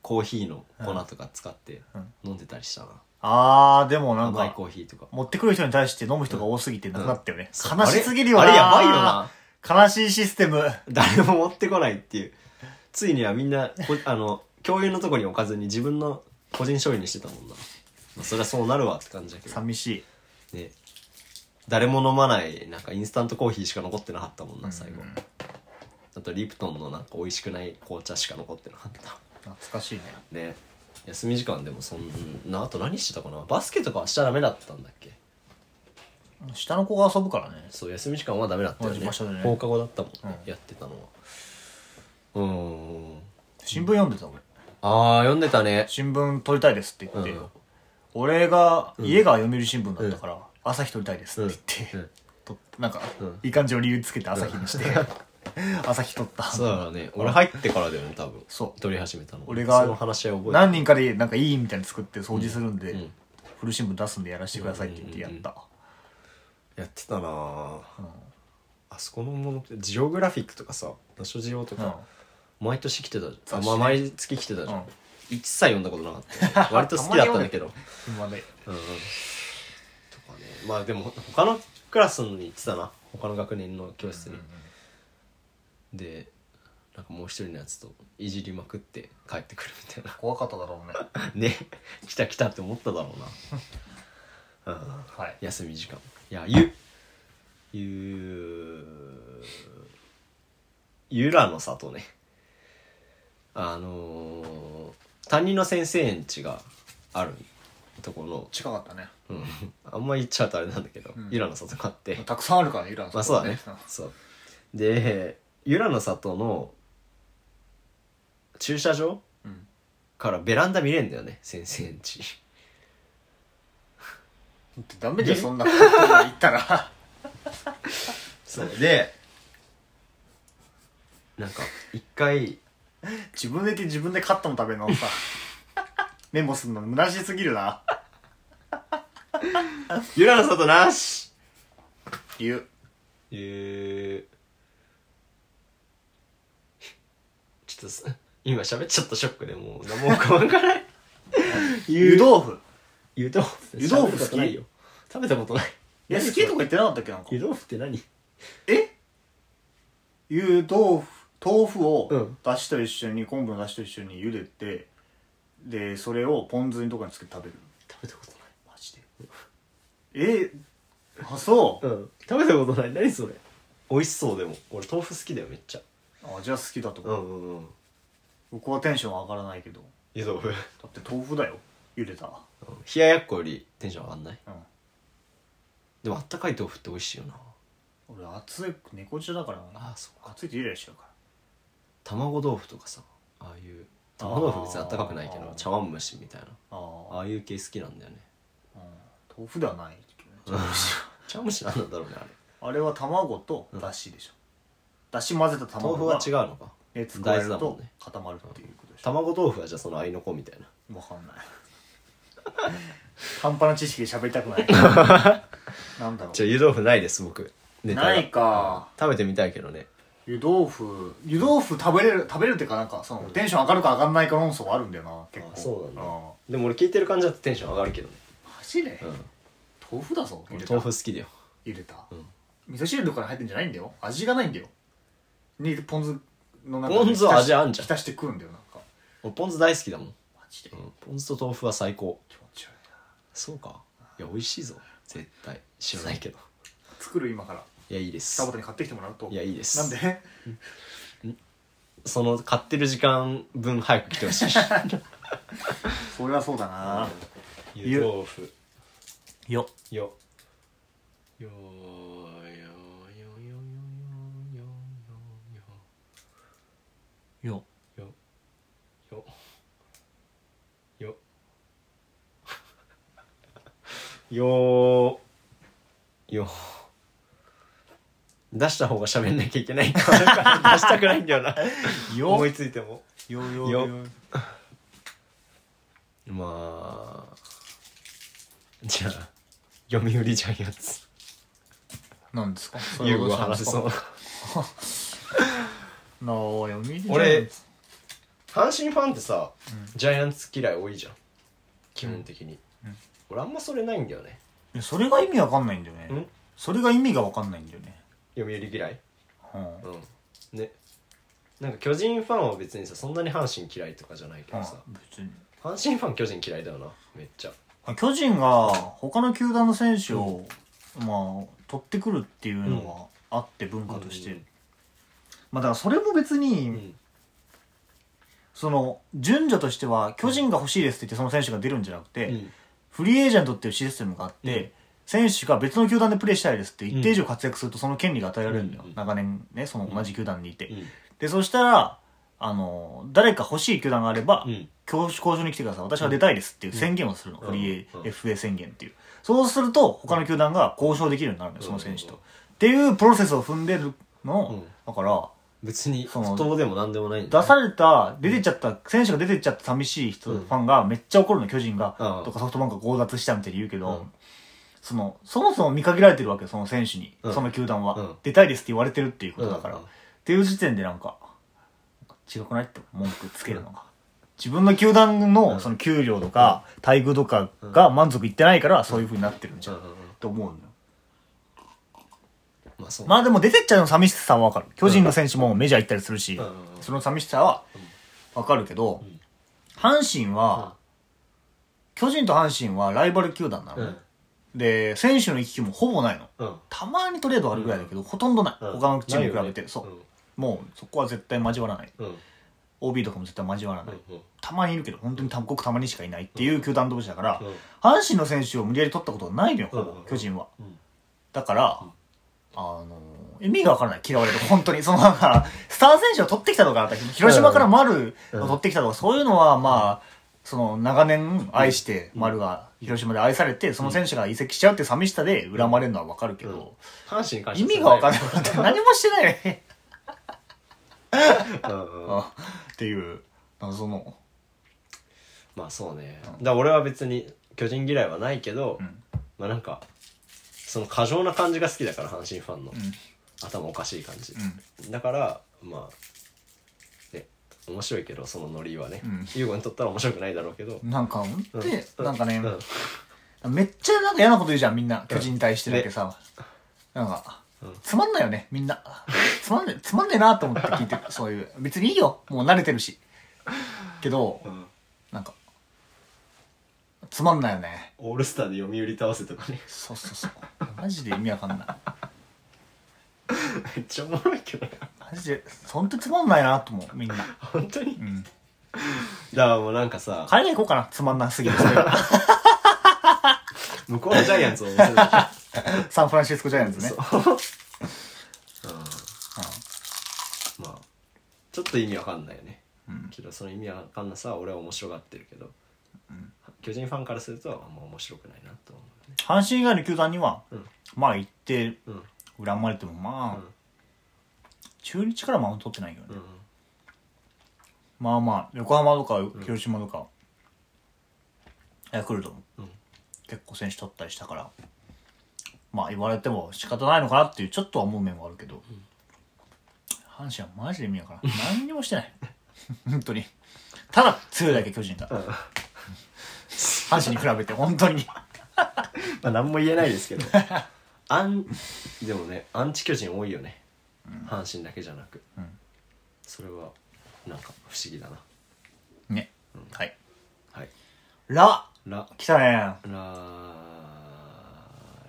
S3: コーヒーの粉とか使って
S4: うん
S3: 飲んでたりしたな、
S4: あーでもなん
S3: 甘い
S4: か
S3: コーヒーとか
S4: 持ってくる人に対して飲む人が多すぎてなくなったよね、
S3: そう
S4: 悲しすぎるよな
S3: あれあれやばいよな
S4: 悲しいシステム
S3: 誰も持ってこないっていうついにはみんなこ あの共有のとこに置かずに自分の個人商品にしてたもんな、まあ、そりゃそうなるわって感じだけど
S4: 寂しい
S3: ね誰も飲まないなんかインスタントコーヒーしか残ってなかったもんな最後、あとリプトンのなんか美味しくない紅茶しか残ってなかった
S4: 懐かしいね
S3: ね休み時間でもそんなあと何してたかなバスケとかはしちゃダメだったんだっけ
S4: 下の子が遊ぶからね
S3: そう休み時間はダメだったよね
S4: 同じ場所でね
S3: 放課後だったもんね、
S4: うん
S3: やってたのはうーん
S4: 新聞読んでた俺
S3: ああ読んでたね
S4: 新聞撮りたいですって言って、
S3: うん
S4: 俺が家が読売新聞だったから、朝日撮りたいですって言っ
S3: う
S4: て、
S3: んうん
S4: となんか、
S3: うん
S4: いい感じの理由つけて朝日にして、 朝日撮った
S3: そうだね俺入ってからだよね多分
S4: そう
S3: 撮り始めたの
S4: 俺が
S3: その話は覚えてる
S4: 何人かでなんかいいみたいに作って掃除するんで、
S3: うん
S4: 古新聞出すんでやらせてくださいって言ってやった、
S3: やってたなああそこのものってジオグラフィックとかさナショジオとか、毎年来てたじゃん
S4: 雑誌
S3: あ、
S4: ね
S3: まあ、毎月来てたじゃん、
S4: うん
S3: 一切読んだことなかったよ割と好きだったんだけど
S4: うん今ね
S3: うんうんとかねまあでも他のクラスに行ってたな他の学年の教室に、でなんかもう一人のやつといじりまくって帰ってくるみたい
S4: 怖かっただろうね
S3: な ね来た来たって思っただろうな、うん
S4: はい
S3: 休み時間いやゆゆゆらの里ねあのー、担任の先生ん家があるとこの、
S4: 近かったね
S3: うん、あんま言っちゃうとあれなんだけど、
S4: うん
S3: ゆらの里があって
S4: たくさんあるからねいらん
S3: まあそうだねそうでゆらの里の駐車場
S4: うん
S3: からベランダ見れんだよね先生ん家
S4: ダメでそんなこと言ったら
S3: そうでなんか一回
S4: 自分で言って自分でカットのため のさメモするの虚しすぎるな
S3: ゆらの里なし
S4: 理由
S3: えー、ちょっとす今喋っちゃったショックでもう何も浮かばんか ない
S4: 湯豆腐
S3: 湯豆腐
S4: 湯豆腐好き
S3: 喋ったことないよ食べたことない
S4: いや好きとか言ってなかったっけなんか
S3: 湯豆腐って何
S4: え湯豆腐豆腐
S3: う
S4: を
S3: ん
S4: だしと一緒に昆布のだしと一緒に茹でてでそれをポン酢にとかにつけて食べる
S3: 食べたこと
S4: マジでえあそう、
S3: ないうん食べたことない何それ美味しそうでも俺豆腐好きだよめっちゃ
S4: あじゃあ好きだと
S3: う
S4: 思う、
S3: んうんうん
S4: 僕はテンション上がらないけど
S3: 湯豆腐
S4: だって豆腐だよ茹でた
S3: 冷ややっこよりテンション上がんない
S4: うん
S3: でもあったかい豆腐って美味しいよな
S4: 俺熱い猫中だから
S3: ああそうか
S4: 熱いって茹でたりしてるから
S3: 卵豆腐とかさああいう卵豆腐別にあったかくないけ
S4: あ
S3: ど
S4: ー
S3: 茶碗蒸しみたいな
S4: あ
S3: ああいう系好きなんだよね
S4: あ、うん、豆腐ではないけどね
S3: 茶碗蒸しなんなんだろうねあれ
S4: あれは卵とだしでしょ、だし混ぜた
S3: 豆腐
S4: 卵
S3: は
S4: が
S3: 違うのか
S4: 熱加える
S3: 大豆だも
S4: と
S3: んね
S4: 固まるっていうことでしょ、
S3: 卵豆腐はじゃあその合いの子みたいな
S4: わかんない半端な知識で喋りたくないなんだろ
S3: じゃあ湯豆腐ないです僕
S4: う
S3: ネタが
S4: ないか
S3: 食べてみたいけどね
S4: 湯豆腐湯豆腐食べれる食べれるっていうかなんかそのテンション上がるか上がんないか論争はあるんだよな結構
S3: あそうなんだ
S4: あ
S3: でも俺聞いてる感じだとテンション上がるけどね
S4: 走れ、
S3: うん
S4: 豆腐だぞ入れ
S3: 俺
S4: た
S3: 豆腐好きだよ
S4: 入れた、
S3: ん
S4: 味噌汁とかに入ってんじゃないんだよ味がないんだよにポン酢の中
S3: ポン酢は味あんじゃん
S4: 浸して食うんだよなんか
S3: 俺ポン酢大好きだもん、
S4: マジで
S3: うん、ポン酢と豆腐は最高
S4: 気持ち悪いな
S3: そうかいや美味しいぞ絶対知らないけど
S4: 作る今から
S3: いやいいです
S4: 田畑に買ってきてもらうと
S3: いやいいです
S4: なんで
S3: その買ってる時間分早く来てほしい
S4: それはそうだな
S3: 湯豆腐
S4: よ
S3: よよよよよよよ
S1: よ
S3: よよよ よよ出した方が喋んなきゃいけないから出したくないんだよな思いついても
S4: よよ
S3: よまあじゃあ読売ジャイアンツ
S4: なんですかそれ
S3: 優吾
S4: はど
S3: が
S4: したんで
S3: 話
S4: す
S3: せ
S4: か
S3: そう
S4: なあ読み
S3: 俺阪神ファンってさ、ジャイアンツ嫌い多いじゃん基本的に、
S4: うん
S3: 俺あんまそれないんだよね
S4: いやそれが意味わかんないんだよね
S3: ん
S4: それが意味がわかんないんだよね
S3: 読売嫌い
S4: うん
S3: うんねなんか巨人ファンは別にさそんなに阪神嫌いとかじゃないけどさ、
S4: うん別に
S3: 阪神ファン巨人嫌いだよなめっちゃ
S4: あ巨人が他の球団の選手を、まあ取ってくるっていうのがあって文化として、
S3: うん
S4: まあだからそれも別に、
S3: うん
S4: その順序としては巨人が欲しいですって言ってその選手が出るんじゃなくて、
S3: うん
S4: フリーエージェントっていうシステムがあって、
S3: うん
S4: 選手が別の球団でプレーしたいですって一定以上活躍するとその権利が与えられるんだよ、
S3: うん
S4: 長年ねその同じ球団にいて、
S3: うん
S4: でそしたらあの誰か欲しい球団があれば、
S3: うん
S4: 教交渉に来てください私は出たいですっていう宣言をするの、
S3: うん
S4: フリ
S3: うん
S4: ー FA 宣言っていうそうすると他の球団が交渉できるようになるんだよその選手と、っていうプロセスを踏んでるのを、
S3: うん
S4: だから
S3: 別に
S4: その
S3: 不当でも何でもないんだ
S4: 出された出てっちゃった選手が出てっちゃった寂しい人、
S3: うん
S4: ファンがめっちゃ怒るの巨人が、
S3: うん
S4: とかソフトバンクが強奪したみたいに言うけど、
S3: うん
S4: そのそもそも見限られてるわけよその選手に、
S3: うん
S4: その球団は、
S3: うん
S4: 出たいですって言われてるっていうことだから、
S3: うんうん
S4: っていう時点でなんか違くないって文句つけるのが。自分の球団のその給料とか待遇とかが満足いってないからそういうふうになってるんじゃん
S3: うんうんうん
S4: と思うのよ
S3: まあそう、
S4: まあでも出てっちゃうの寂しさはわかる巨人の選手もメジャー行ったりするし、
S3: うんうんうん
S4: その寂しさはわかるけど、
S3: ん
S4: 阪神は、巨人と阪神はライバル球団な
S3: う
S4: の、
S3: ん
S4: で選手の行き来もほぼないの
S3: うん
S4: たまにトレードあるぐらいだけど、ほとんどない、
S3: うん
S4: 他のチーム
S3: ない
S4: に比
S3: よ
S4: べ
S3: ね
S4: て、そう、
S3: うん
S4: もうそこは絶対交わらない
S3: うん
S4: OB とかも絶対交わら
S3: う
S4: ない、
S3: んうん
S4: たまにいるけど本当にたごくたまにしかいないっていう球団同士だから、
S3: うん
S4: 阪神の選手を無理やり取ったことはないのよ、ほぼ
S3: うん
S4: 巨人は、
S3: ん
S4: だから、あのー意味がわからない嫌われる本当にそのなんかスター選手を取ってきたとか広島から丸を取ってきたとかそういうのはまあその長年愛して丸が広島で愛されてその選手が移籍しちゃうって寂しさで恨まれるのはわかるけど、
S3: 阪神に関して
S4: 意
S3: は
S4: 味がわからなかった何もしてないよね
S3: うんうん
S4: っていう謎の
S3: まあそうね、だから俺は別に巨人嫌いはないけど、まあなんかその過剰な感じが好きだから阪神ファンの、頭おかしい感じ、だからまあね面白いけどそのノリはね
S4: ん
S3: 優吾、にとったら面白くないだろうけど、
S4: なんか本当に
S3: う
S4: なんかね、
S3: うん
S4: めっちゃなんか嫌なこと言うじゃん、みんな。巨人に対してだけさ。なんか、つまんないよね、みんな。つまんない、つまんないなと思って聞 いてる。そういう。別にいいよ。もう慣れてるし。けど、なんか、つまんないよね。
S3: オールスターで読売倒せとかね
S4: そうそうそう。マジで意味わかんない。
S3: めっちゃおもろいけどね
S4: マジで、ほんとつまんないなと思う、みんな。
S3: 本当に、
S4: うん。
S3: じゃあもうなんかさ、
S4: 金で行こうかな。つまんなす ぎる。それが
S3: 向こうのジャイアンツを応援するでしょ
S4: サンフランシスコジャイアンツね。
S3: まあちょっと意味わかんないよね、
S4: うん
S3: けどその意味わかんなさは俺は面白がってるけど、巨人ファンからするとあんま面白くないなと思うね
S4: 阪神以外の球団には、
S3: うん
S4: まあ行って、
S3: うん
S4: 恨まれてもまあ、
S3: うん
S4: 中日からマウント取ってないよね、
S3: うん
S4: まあまあ横浜とか広島とか、ヤクルトも、
S3: うん
S4: 結構選手取ったりしたからまあ言われても仕方ないのかなっていうちょっとは思う面はあるけど、阪神はマジで意味わからん何にもしてない 本当にただ強いだけ巨人が、阪神に比べて本当に
S3: まあ何も言えないです けどアンでもねアンチ巨人多いよね、阪神だけじゃなく、
S4: ん
S3: それはなんか不思議だな
S4: ね、はい
S3: はい
S4: ラ
S3: ラ
S4: 来たね
S3: ラ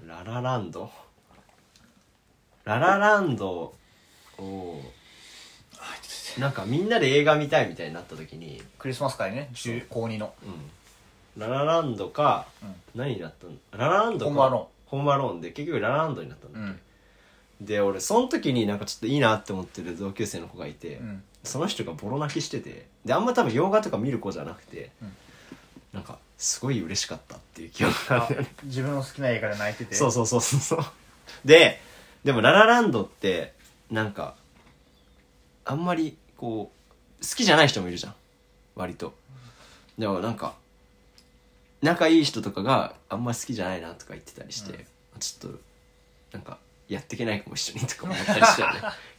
S3: ララランドララランドをなんかみんなで映画見たいみたいになった時に、
S4: クリスマス会ね中高2の
S3: うん、ララランドか、
S4: うん
S3: 何になったのララランドか
S4: ホームアローン
S3: ホームアローンで結局ララランドになったんだっけ、で俺その時になんかちょっといいなって思ってる同級生の子がいて、
S4: うん
S3: その人がボロ泣きしててであんま多分洋画とか見る子じゃなくて、
S4: ん
S3: なんかすごい嬉しかったっていう記憶があるんだよね
S4: 自分の好きな映画で泣いてて
S3: そうそうそうそうそうででも「ララランド」ってなんかあんまりこう好きじゃない人もいるじゃん割とでもなんか仲いい人とかがあんまり好きじゃないなとか言ってたりして、ちょっとなんかやっていけないかも一緒にとか思ったりして ね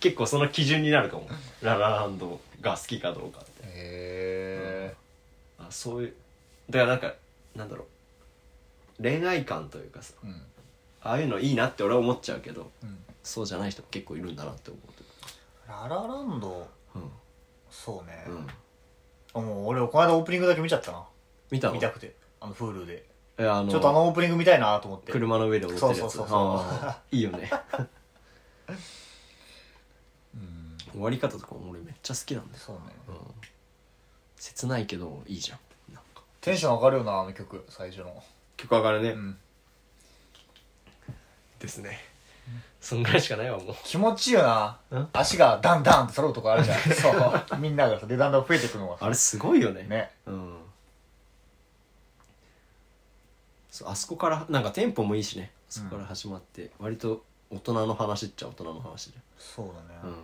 S3: 結構その基準になるかも「ララランド」が好きかどうかって
S4: へ
S3: あそういうだからなんかなんだろう恋愛感というかさ
S4: えうん
S3: ああいうのいいなって俺は思っちゃうけど
S4: うん
S3: そうじゃない人も結構いるんだなって思う
S4: ララランド
S3: う
S4: そうね
S3: ん、うん、
S4: もう俺この間オープニングだけ見ちゃったな
S3: 見たの
S4: 見たくてあの Hulu で
S3: えあの
S4: ちょっとあのオープニング見たいなと思って
S3: 車の上で踊ってるやつ
S4: そうそうそうそう
S3: あーいいよね
S4: うん
S3: 終わり方とかも俺めっちゃ好きなんだよ、
S4: そうね
S3: うん、切ないけどいいじゃんなんか
S4: テンション上がるよなあの曲最初の
S3: 曲上がるね、
S4: うん
S3: ですねそんぐらいしかないわもう
S4: 気持ちいいよな
S3: うん
S4: 足がダンダンって揃うとこあ るじゃんそうみんながさでだんだん増えていくのが
S3: あれすごいよね
S4: ね
S3: うんそうあそこからなんかテンポもいいしねあそこから始まって、割と大人の話っちゃ大人の話じ
S4: そうだね
S3: ゃん、うん、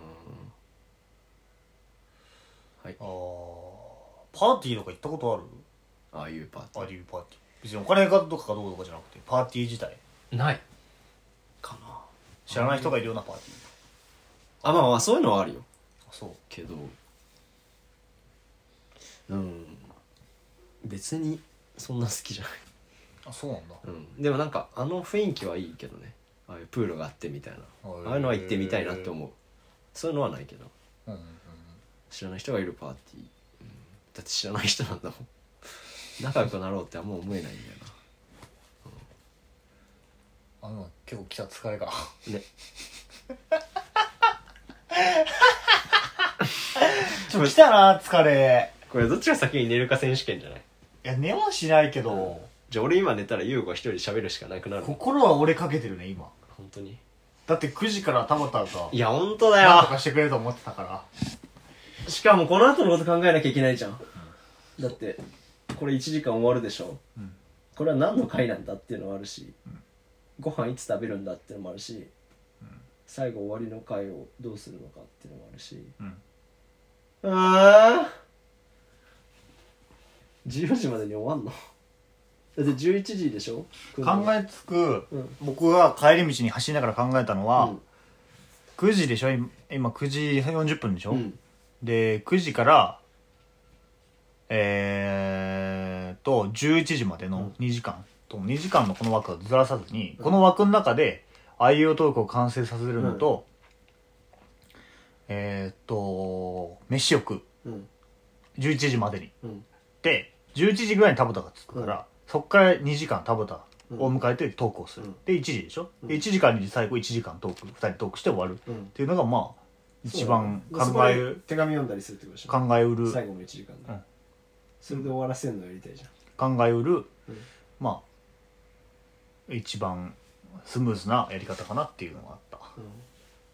S4: あーパーティーとか行ったことある
S3: ああいうパーテ
S4: アデューパーティー別にお金がどうかかどうとかじゃなくてパーティー自体
S3: ィーないかな
S4: 知らない人がいるようなパーティー
S3: あまあまあそういうのはあるよ
S4: そう
S3: けどうん別にそんな好きじゃない、
S4: あそうなんだ
S3: うん、でもなんかあの雰囲気はいいけどねああいうプールがあってみたいな
S4: へえ
S3: ああいうのは行ってみたいなって思うそういうのはないけど
S4: うんうんうん
S3: 知らない人がいるパーティー、うんだって知らない人なんだもん仲良くなろうってあんま思えないんだよ
S4: あの結構来た疲れが
S3: なね
S4: ちょ来たな疲れ
S3: これどっちが先に寝るか選手権じゃない
S4: いや寝はしないけど、
S3: じゃあ俺今寝たら優吾一人で喋るしかなくなる本
S4: 心は折れかけてるね今
S3: 当に
S4: だって9時から田畑が
S3: いや本当だ
S4: 何と
S3: よ
S4: かしてくれると思ってたから
S3: しかもこの後のこと考えなきゃいけないじゃんだってこれ1時間終わるでしょ、
S4: うん
S3: これは何の回なんだっていうのもあるし、ご飯いつ食べるんだっていうのもあるし、最後終わりの回をどうするのかっていうのもあるし、
S4: うん
S3: ああ14時までに終わんのだって11時でしょ
S4: 考えつく、
S3: うん
S4: 僕が帰り道に走りながら考えたのは、
S3: うん
S4: 9時でしょ今今9時40分でしょ、
S3: うん
S4: で9時からえーっと11時までの2時間、と2時間のこの枠をずらさずに、この枠の中で IO トークを完成させるのと、えーっと飯を食
S3: う
S4: う
S3: ん
S4: 11時までに
S3: うん
S4: で11時ぐらいに田畑が着くから、そっから2時間田畑を迎えてトークをする、
S3: うん
S4: で1時でしょ、で1時から2時最後1時間トーク2人トークして終わるっ
S3: うん
S4: ていうのがまあ一番
S3: そうだね
S4: 考え
S3: そこで手紙読んだりするってことでしょ
S4: 考えうる
S3: 最後の1時間だ、
S4: うん
S3: それで終わらせるのやりたいじゃん
S4: 考えうる、
S3: うん
S4: まあ一番スムーズなやり方かなっていうのがあった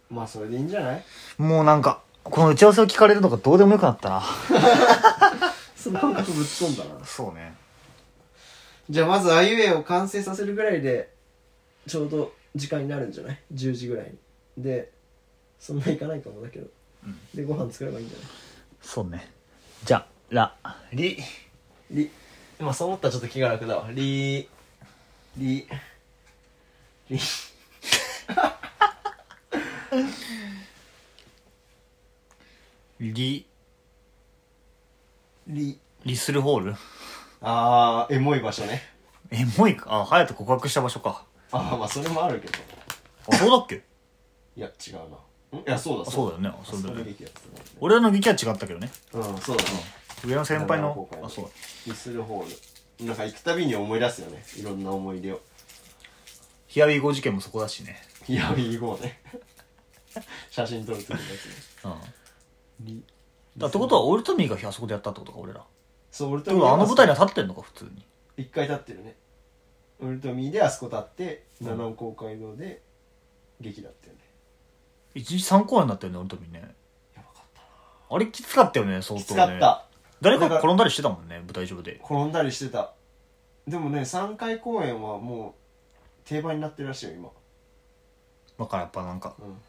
S3: まあそれでいいんじゃない
S4: もうなんかこの打ち合わせを聞かれるのがどうでもよくなったな
S3: その感覚ぶっ飛んだな
S4: そうね
S3: じゃあまずあゆえを完成させるぐらいでちょうど時間になるんじゃない10時ぐらいにでそんな行かないかもだけど、でご飯作ればいいんじゃない
S4: そうねじゃらり
S3: り
S2: 今そう思ったらちょっと気が楽だわリー
S3: りり
S4: り
S3: り
S4: リスルホール
S2: あーエモい場所ね
S4: えもういいかあ隼人告白した場所か
S2: ああまあそれもあるけど
S4: あそうだっけ
S2: いや違うなんいやそう
S4: あ
S2: だ
S4: そうだ
S2: だ
S4: よねあそうだよ
S2: それ
S4: ね
S2: 劇やってた
S4: 俺らの劇は違ったけどね
S2: ねうんそうだね
S4: 上の先輩の
S2: うん
S4: あそうだ
S2: ミスルホールなんか行くたびに思い出すよねいろんな思い出を
S4: ヒアウィーゴー事件もそこだしね
S2: いやいこうね 写真撮る時のやつね
S4: うんだってことは俺とミーがあそこでやったってことか俺らって
S2: そう俺と
S4: ことはあの舞台には立ってんのか普通に
S2: 一回立ってるね俺とミーであそこ立って七尾公会堂で劇だったよね
S4: 一日3公演だったよね俺とミーね
S2: やばかったな
S4: あれきつかったよね相当ね
S2: きつかった
S4: 誰かが転んだりしてたもんね舞台上で
S2: 転んだりしてたでもね3回公演はもう定番になってるらしいよ今
S4: だからやっぱなんか
S2: うん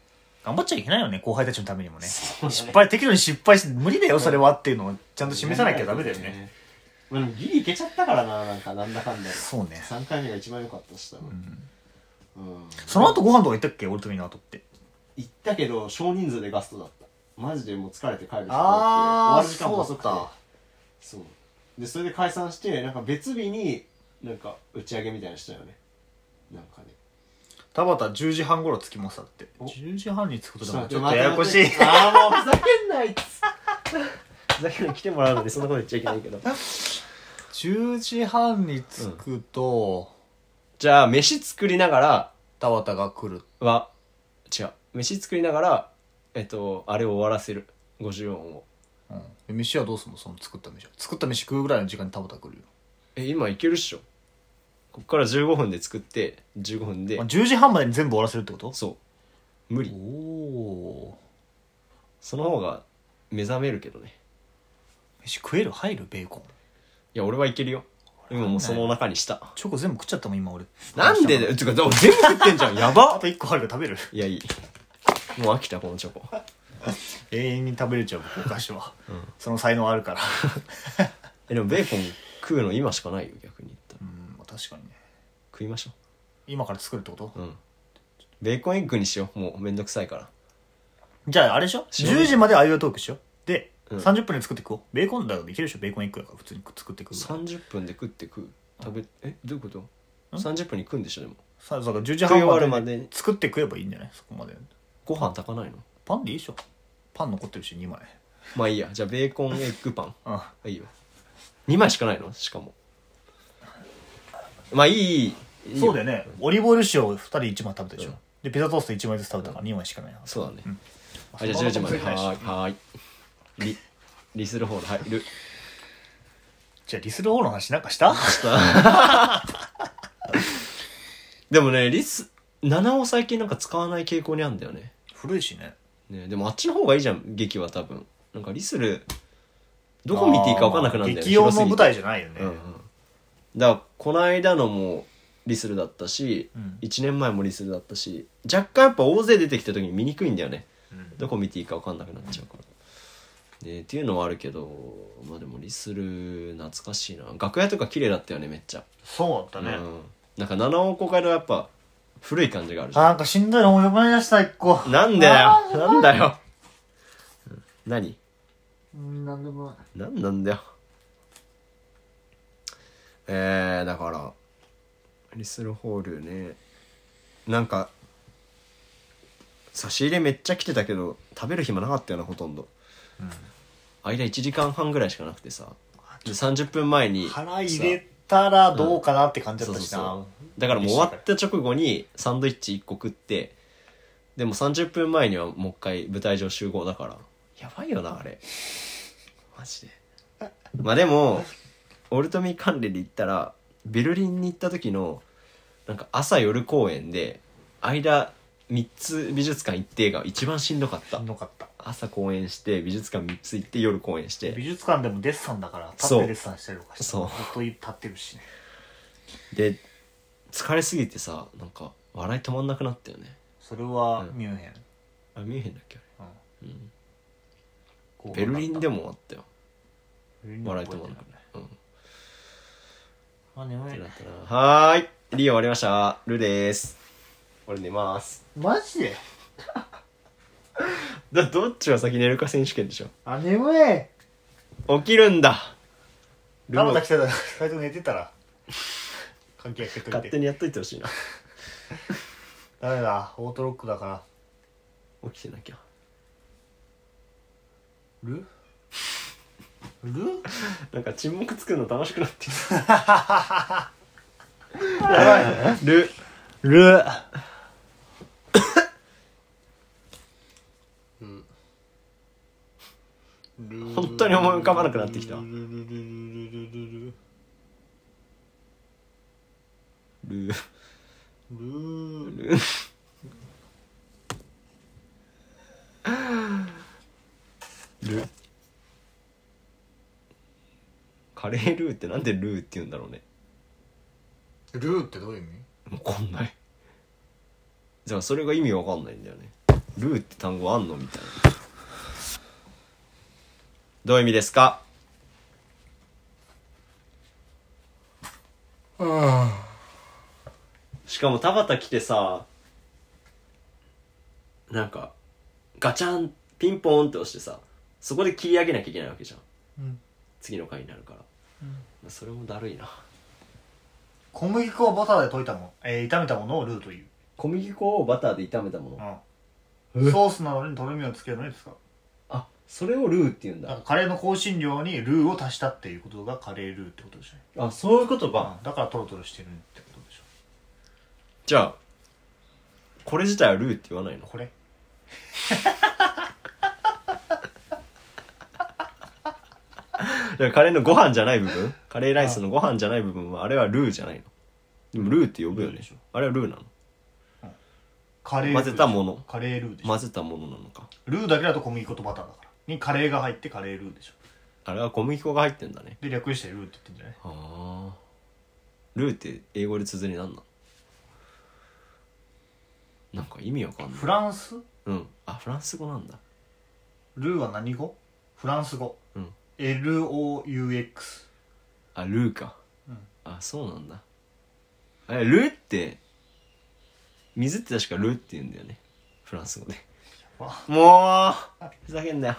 S4: 頑張っちゃいけないよね後輩たちのためにもね
S2: そうだね
S4: 失敗適度に失敗して無理だよそれはっていうのをちゃんと示さなきゃダメだよね
S2: まあでもギリいけちゃったからななんかなんだかんだ
S4: そうね
S2: 3回目が一番良かったし多分うん
S4: その後ご飯とか行ったっけ俺とミーの後って
S2: 行ったけど少人数でガストだったマジでもう疲れて帰る人多くて終
S4: あー
S2: わる時間も遅くて
S4: そうだった
S2: そうでそれで解散してなんか別日になんか打ち上げみたいなのしたよねなんかね
S4: 田畑10時半頃着きましたって
S2: お
S4: 10時半に着くこと
S2: ち
S4: でもちょっとややこしい
S2: ああもうふざけ
S3: 変なあいつふざけんな来てもらうのにそんなこと言っちゃいけないけど
S4: 10時半に着くと、
S2: じゃあ飯作りながら
S4: 田畑が来る
S2: は違う飯作りながらえっとあれを終わらせる50音を
S4: うんで飯はどうすんのその作った飯は作った飯食うぐらいの時間に田畑来るよ、
S2: え今いけるっしょこっから15分で作って15分で
S4: まあ、10時半までに全部終わらせるってこと
S2: そう無
S4: お
S2: 理
S4: お
S2: その方が目覚めるけどね
S4: ー飯食える入るベーコン
S2: いや俺はいけるよ今もうその中にした
S4: チョコ全部食っちゃったもん今俺
S2: なんでだよてかでも全部食ってんじ ゃんやば
S4: あと1個あるから食べる
S2: いやいいもう飽きたこのチョコ
S4: 永遠に食べれちゃう僕お菓子は、その才能あ るから、
S2: えでもベーコン食うの今しかないよ逆に言ったら
S4: うんまあ、確かにね
S2: 食いましょ
S4: 今から作るってこと
S2: ううんベーコンエッグにしようもうめんどくさいから
S4: じゃああれでしょ
S2: しようね
S4: 10時までああいうトークしようで、
S2: うん
S4: 30分で作っていこうベーコンだとできるでしょベーコン1個だから普通に作っていくぐらい
S2: 30分で食って食う食べえどういうこと30分に食うんでしょでも
S4: さだから10時
S2: 食い
S4: 半
S2: 終わる
S4: ま
S2: ま
S4: で
S2: で
S4: に作って食えばいいんじゃないそこまで
S2: ご飯炊かないの
S4: パンでいいでしょパン残ってるし2枚
S2: まあいいやじゃあベーコンエッグパン
S4: うん
S2: いいよ2枚しかないのしかもまあいいいいいい
S4: そうだよねオリーブオイル塩2人1枚食べたでしょ、でピザトースト1枚ずつ食べたから2枚しかないな
S2: そうだね、
S4: あ
S2: あじゃあ10時まで
S4: そんな
S2: は
S4: ことない
S2: ー
S4: し
S2: いはーいリリスルホール入る
S4: じゃあリスルホールの話なんかした
S2: でもねリス7を最近なんか使わない傾向にあるんだよね
S4: 古いしね
S2: ねでもあっちの方がいいじゃん劇は多分なんかリスルどこ見ていいか分かんなくなるんだよね
S4: 激用の舞台
S2: じ
S4: じゃないよね、
S2: うんうん、だからこの間のもリスルだったし、
S4: うん
S2: 1年前もリスルだったし若干やっぱ大勢出てきた時に見にくいんだよね
S4: うん
S2: どこ見ていいか分かんなくなっちゃうから、ね、っていうのはあるけどまあでもリスル懐かしいな楽屋とか綺麗だったよねめっちゃ、
S4: そうだったね、
S2: うん、なんか七尾公会のやっぱ古い感じがあるじ
S4: あ
S2: ゃ
S4: なんかしんどいの思い出した一個
S2: ん なんだよなんだようん何
S4: うんなんでも
S2: なんなんだよえー、だからリスルホールねなんか差し入れめっちゃ来てたけど食べる暇なかったよなほとんど、間1時間半ぐらいしかなくてさで30分前に
S4: 腹入れたらどうかなって感じだ
S2: そ
S4: っ
S2: うそ
S4: た
S2: う
S4: し
S2: そ
S4: な
S2: うだからもう終わった直後にサンドイッチ1個食ってでも30分前にはもう一回舞台上集合だからやばいよなあれマジでまあでもオルトミ関連で行ったらベルリンに行った時のなんか朝夜公演で間3つ美術館行ってが一番しんどかった
S4: しんどかった
S2: 朝公演して美術館3つ行って夜公演して
S4: 美術館でもデッサンだから立
S2: そ
S4: っ
S2: う
S4: てデッサンしたりとかして
S2: そう
S4: ずっと立ってるしね
S2: で疲れすぎてさなんか笑い止まんなくなったよね
S4: それは
S2: うん
S4: ミュンヘン、
S2: あ見えへんだっけあれ、
S4: こ
S2: うん、
S4: う
S2: ベルリンでもあったよ
S4: ベルリンでも
S2: 笑い止まんなくなるうん
S4: あ眠い
S2: ってなったなはーいリー終わりましたルーです俺寝ます
S4: マジで
S2: だ どっちが先寝るか選手権でしょ
S4: あ眠い
S2: 起きるんだルー
S4: 玉
S2: を
S4: 田来たら 最初寝てたら関係やってくれ
S2: 勝手
S4: て
S2: にやっといてほしいな
S4: ダメだオートロックだから
S2: 起きてなきゃ
S4: ルル
S2: なんか沈黙作るの楽しくなってき
S4: や
S2: たル
S4: ばいル
S2: 本当に思い浮かばなくなってきたルー ルカレールーってなんでルーって言うんだろうね
S4: ルーってどういう意味
S2: わかんないじゃあそれが意味わかんないんだよねルーって単語あんのみたいなどういう意味ですかしかも田畑来てさなんかガチャンピンポーンって押してさそこで切り上げなきゃいけないわけじゃん、
S4: うん
S2: 次の回になるから、まあそれもだるいな
S4: 小麦粉をバターで溶いたもの、えー炒めたものをルーという、
S2: 小麦粉をバターで炒めたもの、
S4: うん、ソースなどにとろみをつけるのに使う
S2: あそれをルーって言うん
S4: だか
S2: だ
S4: らカレーの香辛料にルーを足したっていうことがカレールーってことでしょ
S2: あそういうことか
S4: うんだからトロトロしてるってことでしょ
S2: じゃあこれ自体はルーって言わないの
S4: これ
S2: だからカレーのご飯じゃない部分カレーライスのご飯じゃない部分はあれはルーじゃないのでもルーって呼ぶよ
S4: ルー
S2: ね
S4: でしょ
S2: あれはルーなの
S4: カレールー
S2: 混ぜたもの
S4: カレールーでしょ
S2: 混ぜたものなのか
S4: ルーだけだと小麦粉とバターだからにカレーが入ってカレールーでしょ
S2: あれは小麦粉が入ってんだね
S4: で略してルーって言ってんじゃない
S2: ああルーって英語で綴りなんなんなんか意味わかんない
S4: フランス
S2: うんあフランス語なんだ
S4: ルーは何語フランス語、
S2: うん
S4: LOUX
S2: あルーか、
S4: うん
S2: あそうなんだあれルーって水って確かルーって言うんだよねフランス語で
S4: ば
S2: もうふざけんなよ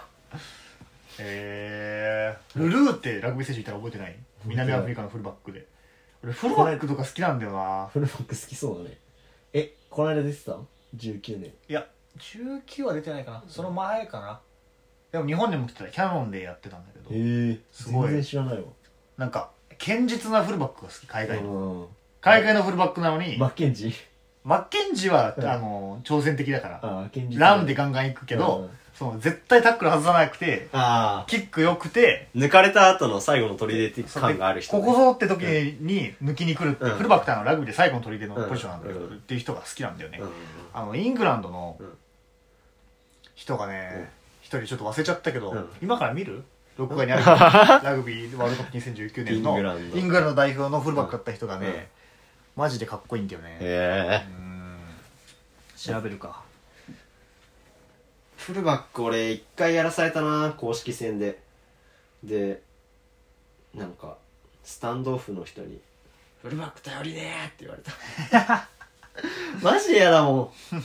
S4: えー、ルルーってラグビー選手いたら覚えてない南アフリカのフルバックで俺フルバックとか好きなんだよな
S3: フルバック好きそうだねえこの間出てたの19年
S4: いや19は出てないかなその前かなでも日本でも来てたキャノンでやってたんだけど
S3: え
S4: すごい
S3: 全然知らないわ
S4: なんか堅実なフルバックが好き海外の
S3: うん
S4: 海外のフルバックなのに、
S3: マッケンジー
S4: マッケンジーは、
S3: うん
S4: あの挑戦的だから
S3: ああケンジ
S4: ランで
S3: か
S4: ガンガン行くけ
S3: う
S4: ど
S3: ん、
S4: その絶対タックル外さなくて
S2: あ
S4: キック良くて
S2: 抜かれた後の最後の取り出て
S4: そうで
S2: 感がある人、
S4: ここぞって時に抜きに来るって、
S2: うん
S4: フルバックってあのラグビーで最後の取り出の
S2: うん
S4: ポジションなんだけど、
S2: うん
S4: っていう人が好きなんだよね、
S2: うん
S4: あのイングランドの
S2: ん
S4: 人がね一、人ちょっと忘れちゃったけど、
S2: うん
S4: 今から見る録画にあるから ラグビーワールドカップ2019年の
S2: イングランド
S4: イングランド代表のフルバックだった人がね、マジでかっこいいんだよね、
S2: へえ
S4: うん調べるか
S2: フルバック俺一回やらされたな公式戦ででなんかスタンドオフの人に「フルバック頼りねえ!」って言われた マジで嫌だもん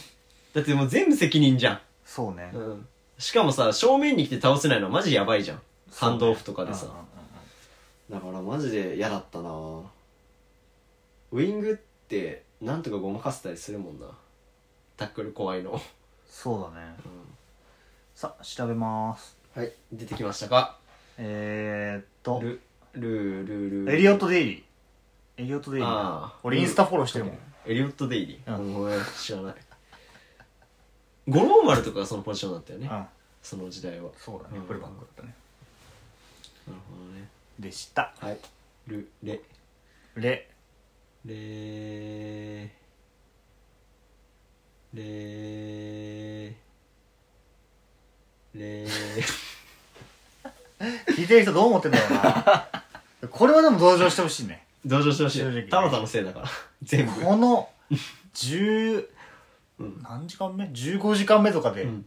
S2: だってもう全部責任じゃ
S4: そうね、
S2: ん、うん、しかもさ正面に来て倒せないのはマジやばいじゃんハンドオフとかでさ、
S4: うんうんうん
S2: だからマジで嫌だったなウイングってなんとかごまかせたりするもんなタックル怖いの、
S4: そうだねさあ調べます
S2: はい出てきましたか
S4: えー、っと
S2: ルルールールー
S4: エリオット・デイリーエリオット・デイリ
S2: あ
S4: ーな
S2: あ
S4: 俺インスタフォローしてるもん、
S2: エリオット・デイリー、
S4: う
S2: お前知らない五郎丸とかがそのポジションだったよね、
S4: うん
S2: その時代は
S4: そうだね
S2: うん
S4: フルバックだったね
S2: なるほどね
S4: でした
S3: はいルレ
S4: レ
S3: レレレ
S4: 聞いてる人どう思ってんだろうなこれはでも同情してほしいね
S3: 同情してほし
S4: 正直ね
S3: い。たまたのせいだから。全部。
S4: この10
S3: うん
S4: 何時間目15時間目とかで、
S3: うん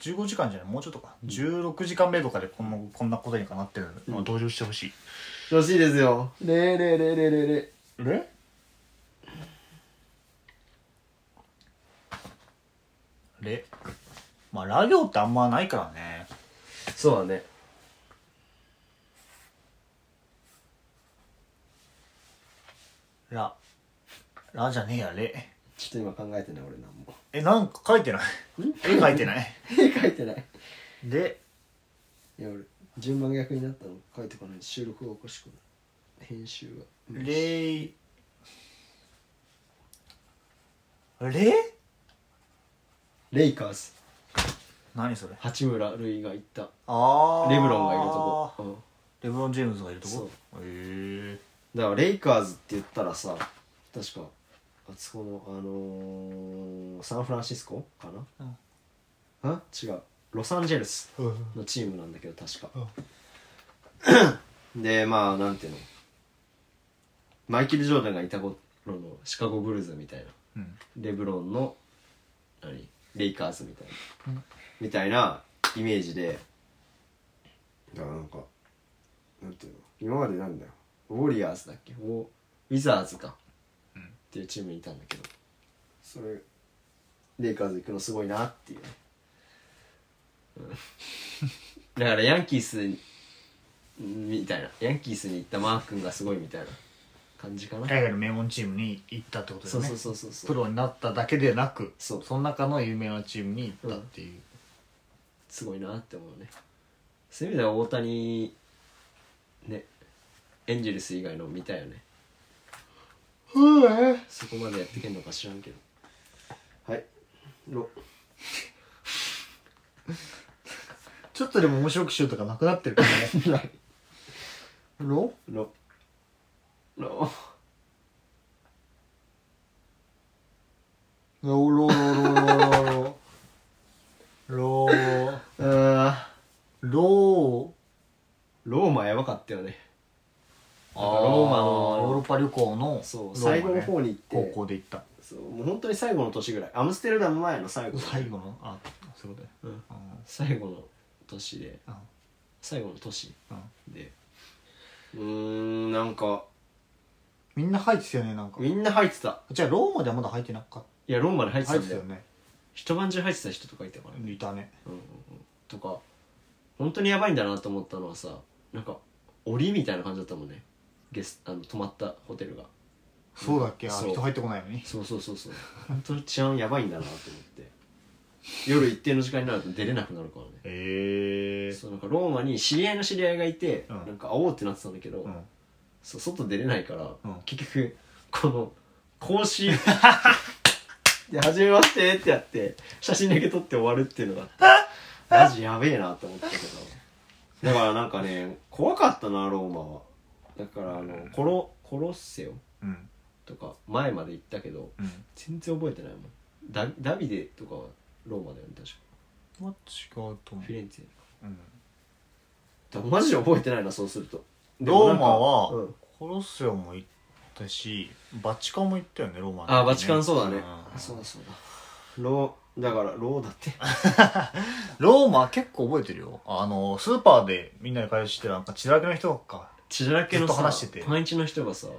S4: 15時間じゃないもうちょっとか、16時間目とかでこんなこんなことにかなってるの、同情してほしい
S3: 欲しいですよ。レレレレレレ。
S4: レレまあラ行ってあんまないからね
S3: そうだね。
S4: ララじゃねえやレ
S3: ちょっと今考えてない俺なんも。
S4: えなんか書いてない絵書いてない
S3: 絵描いてない。
S4: で
S3: いや俺、順番逆になったの書いてこないと収録がおかしくなる。編集が。
S4: レイレ
S3: レイカーズ。
S4: 何それ
S3: 八村塁が行った。
S4: ああ
S3: レブロンがいるとこ。うん
S4: レブロン・ジェームズがいると
S3: そう
S4: こへえ
S3: だからレイカーズって言ったらさ確かあそこのあのーサンフランシスコかな、あ違うロサンゼルスのチームなんだけど確か、でまあなんていうのマイケル・ジョーダンがいた頃のシカゴ・ブルーズみたいな
S4: うん
S3: レブロンの何レイカーズみたいな、みたいなイメージでだからなんかなんていうの今までなんだよウォリアーズだっけウォウィザーズか、っていうチームにいたんだけどそれレイカーズ行くのすごいなっていうね、うんだからヤンキースにみたいなヤンキースに行ったマー君がすごいみたいな感じかな、
S4: 海外の名門チームに行ったってことだ
S3: そう
S4: よね
S3: そうそうそうそう
S4: プロになっただけでなく
S3: そう
S4: の中の有名なチームに行ったっていう、
S3: すごいなって思うねそういう意味では大谷ねエンジェルス以外の見たよねそこまでやってけんのか知らんけどはいろ
S4: ちょっとでも面白くしようとかなく なってるからねロ
S3: ろろ
S4: ロロロロロロ
S3: あ
S4: ロ
S3: ーローマやばかったよね
S4: あ
S3: なんかローマの
S4: ヨーロッパ旅行の
S3: そう
S4: ローマね
S3: 最後の方に行って
S4: 高校で行った
S3: そうもう本当に最後の年ぐらいアムステルダム前の最後
S4: 最後のあそういうことだよ
S3: うん
S4: あ
S3: 最後の年で
S4: ー
S3: 最後の年
S4: うんうん
S3: でうーんなんか
S4: みんな入ってたよねなんか
S3: みんな入ってた
S4: じゃあローマではまだ入ってなかっ
S3: いやローマで入ったて
S4: 入
S3: たん
S4: って
S3: だ
S4: た
S3: よ
S4: よね
S3: 一晩中入ってた人とかいたからね、
S4: いたね
S3: うんうんうん、とか本当にやばいんだなと思ったのはさなんか檻みたいな感じだったもんねゲスあの泊まったホテルが
S4: そうだっけあ
S3: そう
S4: 人入ってこないのに
S3: そうそうそう そう本当に治安やばいんだなと思って夜一定の時間になると出れなくなるからね
S4: へえ
S3: そうなんかローマに知り合いの知り合いがいて、
S4: うん
S3: なんか会おうってなってたんだけど、
S4: うん
S3: そう外出れないから、
S4: うん
S3: 結局この更 新で「はじめまして」ってやって写真だけ撮って終わるっていうのがマジやべえなと思ったけどだからなんかね怖かったなローマはだからあのコロコロッセオ
S4: うん
S3: とか前まで行ったけど
S4: うん
S3: 全然覚えてないもんダダビデとかはローマだよね確か
S4: まあ違うと思う
S3: フィレンツェ
S4: うん
S3: だからマジで覚えてないなそうするとでも
S4: ロ
S3: な
S4: ー
S3: んか
S4: マは、
S3: うん
S4: コロッセオも行ったしバチカンも行ったよねローマの時ね
S3: あバチカンそうだね
S4: ん
S3: そうだそうだローだからローだって
S4: ローマ結構覚えてるよあのスーパーでみんなで会話してなんか血だらけの人か
S3: 血だらけの
S4: ずっと話してて
S3: パンイチの人がさ
S4: ん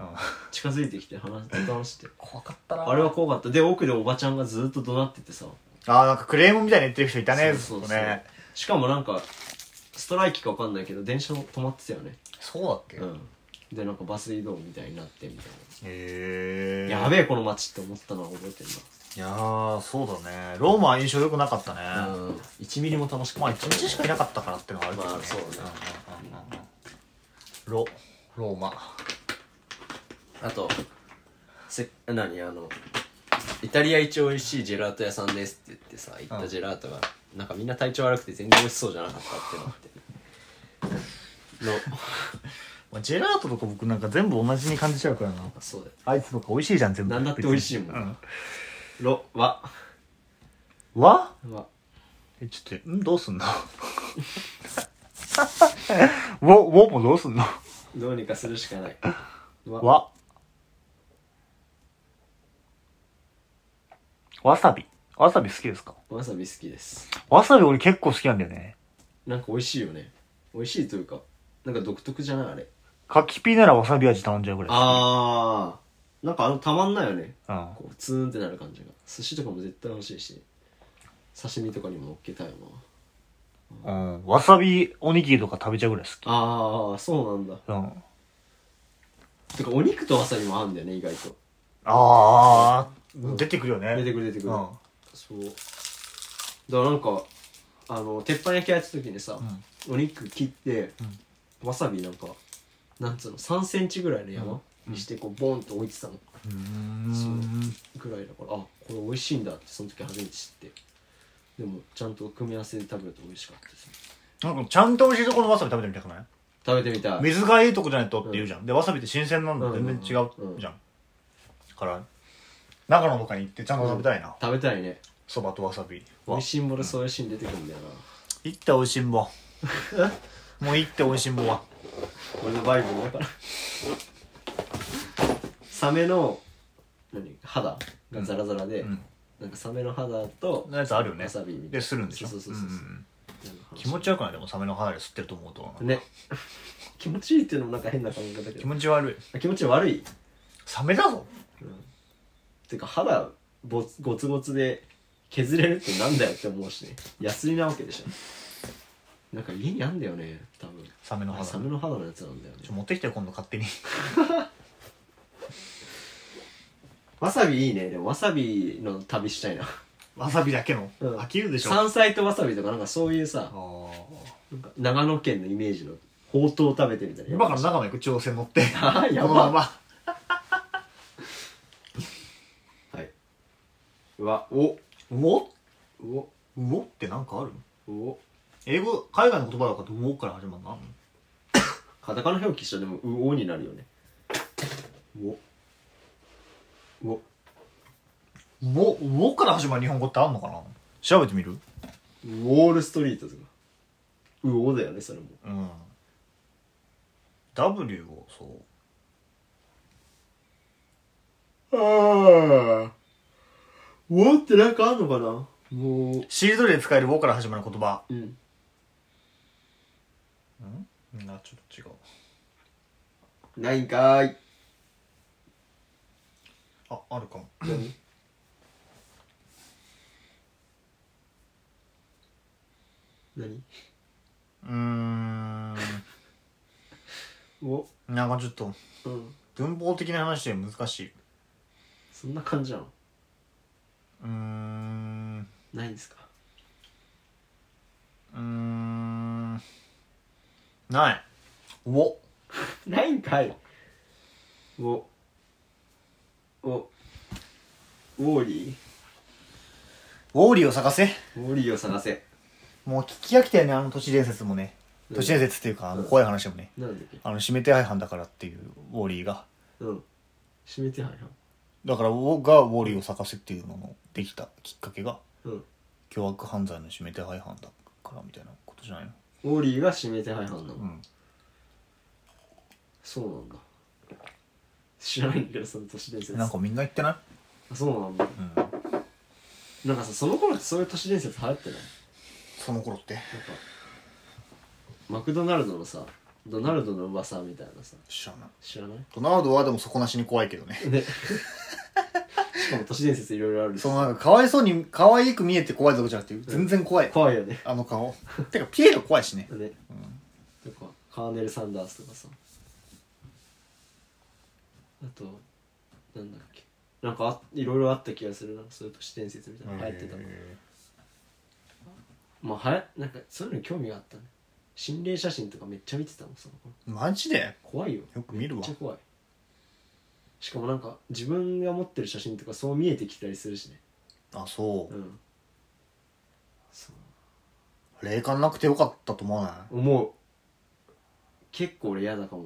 S3: 近づいてきて話ずっと話してて
S4: 怖かったな
S3: あれは怖かったで奥でおばちゃんがずっと怒鳴っててさ
S4: あーなんかクレームみたいに言ってる人いたね
S3: そうそうそう
S4: ずっとね
S3: しかもなんかストライキかわかんないけど電車も止まってたよね
S4: そうだっけ、
S3: う
S4: へ
S3: んでなんかバス移動みたいになってみたい
S4: え
S3: な、やべえこの街って思ったのは覚えてる
S4: いやーそうだねローマは印象良くなかったね、
S3: なうん1ミリも楽しく
S4: まあ
S3: ない
S4: 一日しかいなかったからってのはあるけどね,、
S3: まあそうだね
S4: んうんうんうんロローマ
S3: あとせ何あのイタリア一美味しいジェラート屋さんですって言ってさ行ったジェラートが、なんかみん な体調悪くて全然美味しそうじゃなかったってなっての
S4: まあジェラートとか僕なんか全部同じに感じちゃうからな
S3: そうだよ
S4: あいつとか美味しいじゃん全部
S3: 何だって美味しいもん
S4: うん
S3: ろわ
S4: わ
S3: わ
S4: えちょっとんどう すんのウォウォもどうすんの
S3: どうにかするしかないわ
S4: わわさびわさび好きですか
S3: わさび好きです
S4: わさび俺結構好きなんだよね
S3: なんか美味しいよね美味しいというかなんか独特じゃないあれ
S4: 柿ピーならわさび味頼んじゃうぐらい
S3: あーなんかあのたまんないよね
S4: あ、うん、
S3: こうツーンってなる感じが寿司とかも絶対欲しいし刺身とかにも乗っけたいよな
S4: うん、わさびおにぎりとか食べちゃうぐらい好
S3: ああそうなんだ
S4: き。うん。
S3: てかお肉とわさびも合うんだよね意外と
S4: ああ、出てくるよね。
S3: 出て
S4: く
S3: くる出てくる、
S4: うん。
S3: そうだからなんかあの鉄板焼きやってた時にさ、お肉切って、わさびなんかなんつうの3センチぐらいの山、にしてこうボンと置いてたの
S4: うん。
S3: ぐらいだからあこれ美味しいんだってその時初めて知ってでもちゃんと組み合わせで食べると美味しかったです
S4: なんかちゃんと美味しいところのわさび食べてみたくない
S3: 食べてみたい
S4: 水がいいとこじゃないとって言うじゃん。で、わさびって新鮮なんだ
S3: うん
S4: 全然違うじゃん。
S3: うん
S4: だから、長野とかに行ってちゃんと食べたいな。
S3: 食べたいね
S4: そばとわさび
S3: 美
S4: は
S3: 味。しんぼでそういうシーン出てくるんだよな
S4: 行って美味しんぼ。 もう行って美味しんぼは。
S3: 俺のバイブルだからサメの何肌がザラザラで、
S4: うん
S3: なんかサメの肌と
S4: のやつあるよね
S3: わ。さびみたい
S4: で、
S3: な
S4: するんでしょ。
S3: そうそうそうそううん
S4: うんうん
S3: なんか話
S4: 気持ちよくないでもサメの肌で吸ってると思うと。
S3: ね気持ちいいっていうのもなんか変な考え方だけ
S4: 気
S3: ど
S4: 持ち悪い。
S3: あ気持ち悪い
S4: サメだぞ。
S3: てか肌ぼつゴツゴツで削れるってなんだよって思うしねヤスリなわけでしょなんか家にあんだよね多分
S4: サメの
S3: あれ
S4: 肌
S3: サ。メの肌のやつなんだよね
S4: ちょ持ってきてよ今度勝手に
S3: わさびいいねでもわさびの旅したいな
S4: わさびだけの、
S3: うん
S4: 飽きるでしょあ
S3: 山菜とわさびとかなんかそういうさ
S4: ー
S3: なんか長野県のイメージのほうとう食べてみたいな
S4: 今から長野行く調整乗って
S3: あーやば
S4: このまま
S3: はい。うわ、お、
S4: ウォ
S3: お、
S4: ウォってなんかある
S3: お。
S4: 英語海外の言葉だからウォから始まるな
S3: カタカナ表記したらでも、うおになるよね。お。お。
S4: ウォウォから始まる日本語ってあんのかな調べてみる
S3: ウォールストリートとか。うおだよね、それも。
S4: うん W をそう
S3: ああ。おってなんかあんのかなもう。
S4: シールドで使えるウォから始まる言葉
S3: うん。
S4: なちょっと違う
S3: ないんかーい。
S4: ああるかも
S3: 何何
S4: うーん
S3: お。
S4: なんかちょっと
S3: うん。
S4: 文法的な話で難しい
S3: そんな感じなの
S4: うーん
S3: ないんですか
S4: うーんない。お。
S3: ないんかいおおウォーリ
S4: ウォーリーを探せ。
S3: ーウォーリーを探せ
S4: もう聞き飽きたよね、あの都市伝説もね。
S3: うん
S4: 都市伝説っていうか、あの怖い話もね。
S3: なんだっけ
S4: あの、指名手配犯だからっていう、ウォーリーが。
S3: うん指名手配
S4: だから、僕がウォーリーを探せっていうののできたきっかけが、
S3: 犯うん
S4: 凶悪犯罪の指名手配犯だからみたいなことじゃないの。
S3: ウォーリーが指名手配犯なの、
S4: ん
S3: そうなんだ知らないんだけどその都市伝説
S4: なんかみんな言ってない
S3: あそうなんだ、なんかさその頃ってそういう都市伝説流行ってない
S4: その頃って。
S3: なんかマクドナルドのさドナルドの噂みたいなさ
S4: 知らない。
S3: 知らない
S4: ドナルドはでも底なしに怖いけどね。
S3: ねしかも都市伝説いろいろあるし
S4: そのなんか、かわいそうに、可愛く見えて怖いとこじゃなくて、全然怖い。
S3: 怖いよね
S4: あの顔。 てか、ピエロ怖いしね。
S3: ね、とかカーネル・サンダースとかさあとなんだっけなんかあいろいろあった気がするなそういう都市伝説みたいなの流行ってたのまあはやなんかそういうのに興味があったね心霊写真とかめっちゃ見てたもんその頃
S4: マジで
S3: 怖いよ
S4: よく見る
S3: め
S4: わ
S3: っちゃ怖いしかもなんか自分が持ってる写真とかそう見えてきたりするしね
S4: あそううん
S3: そう
S4: 霊感なくてよかったと思わない
S3: 思う結構俺嫌だかも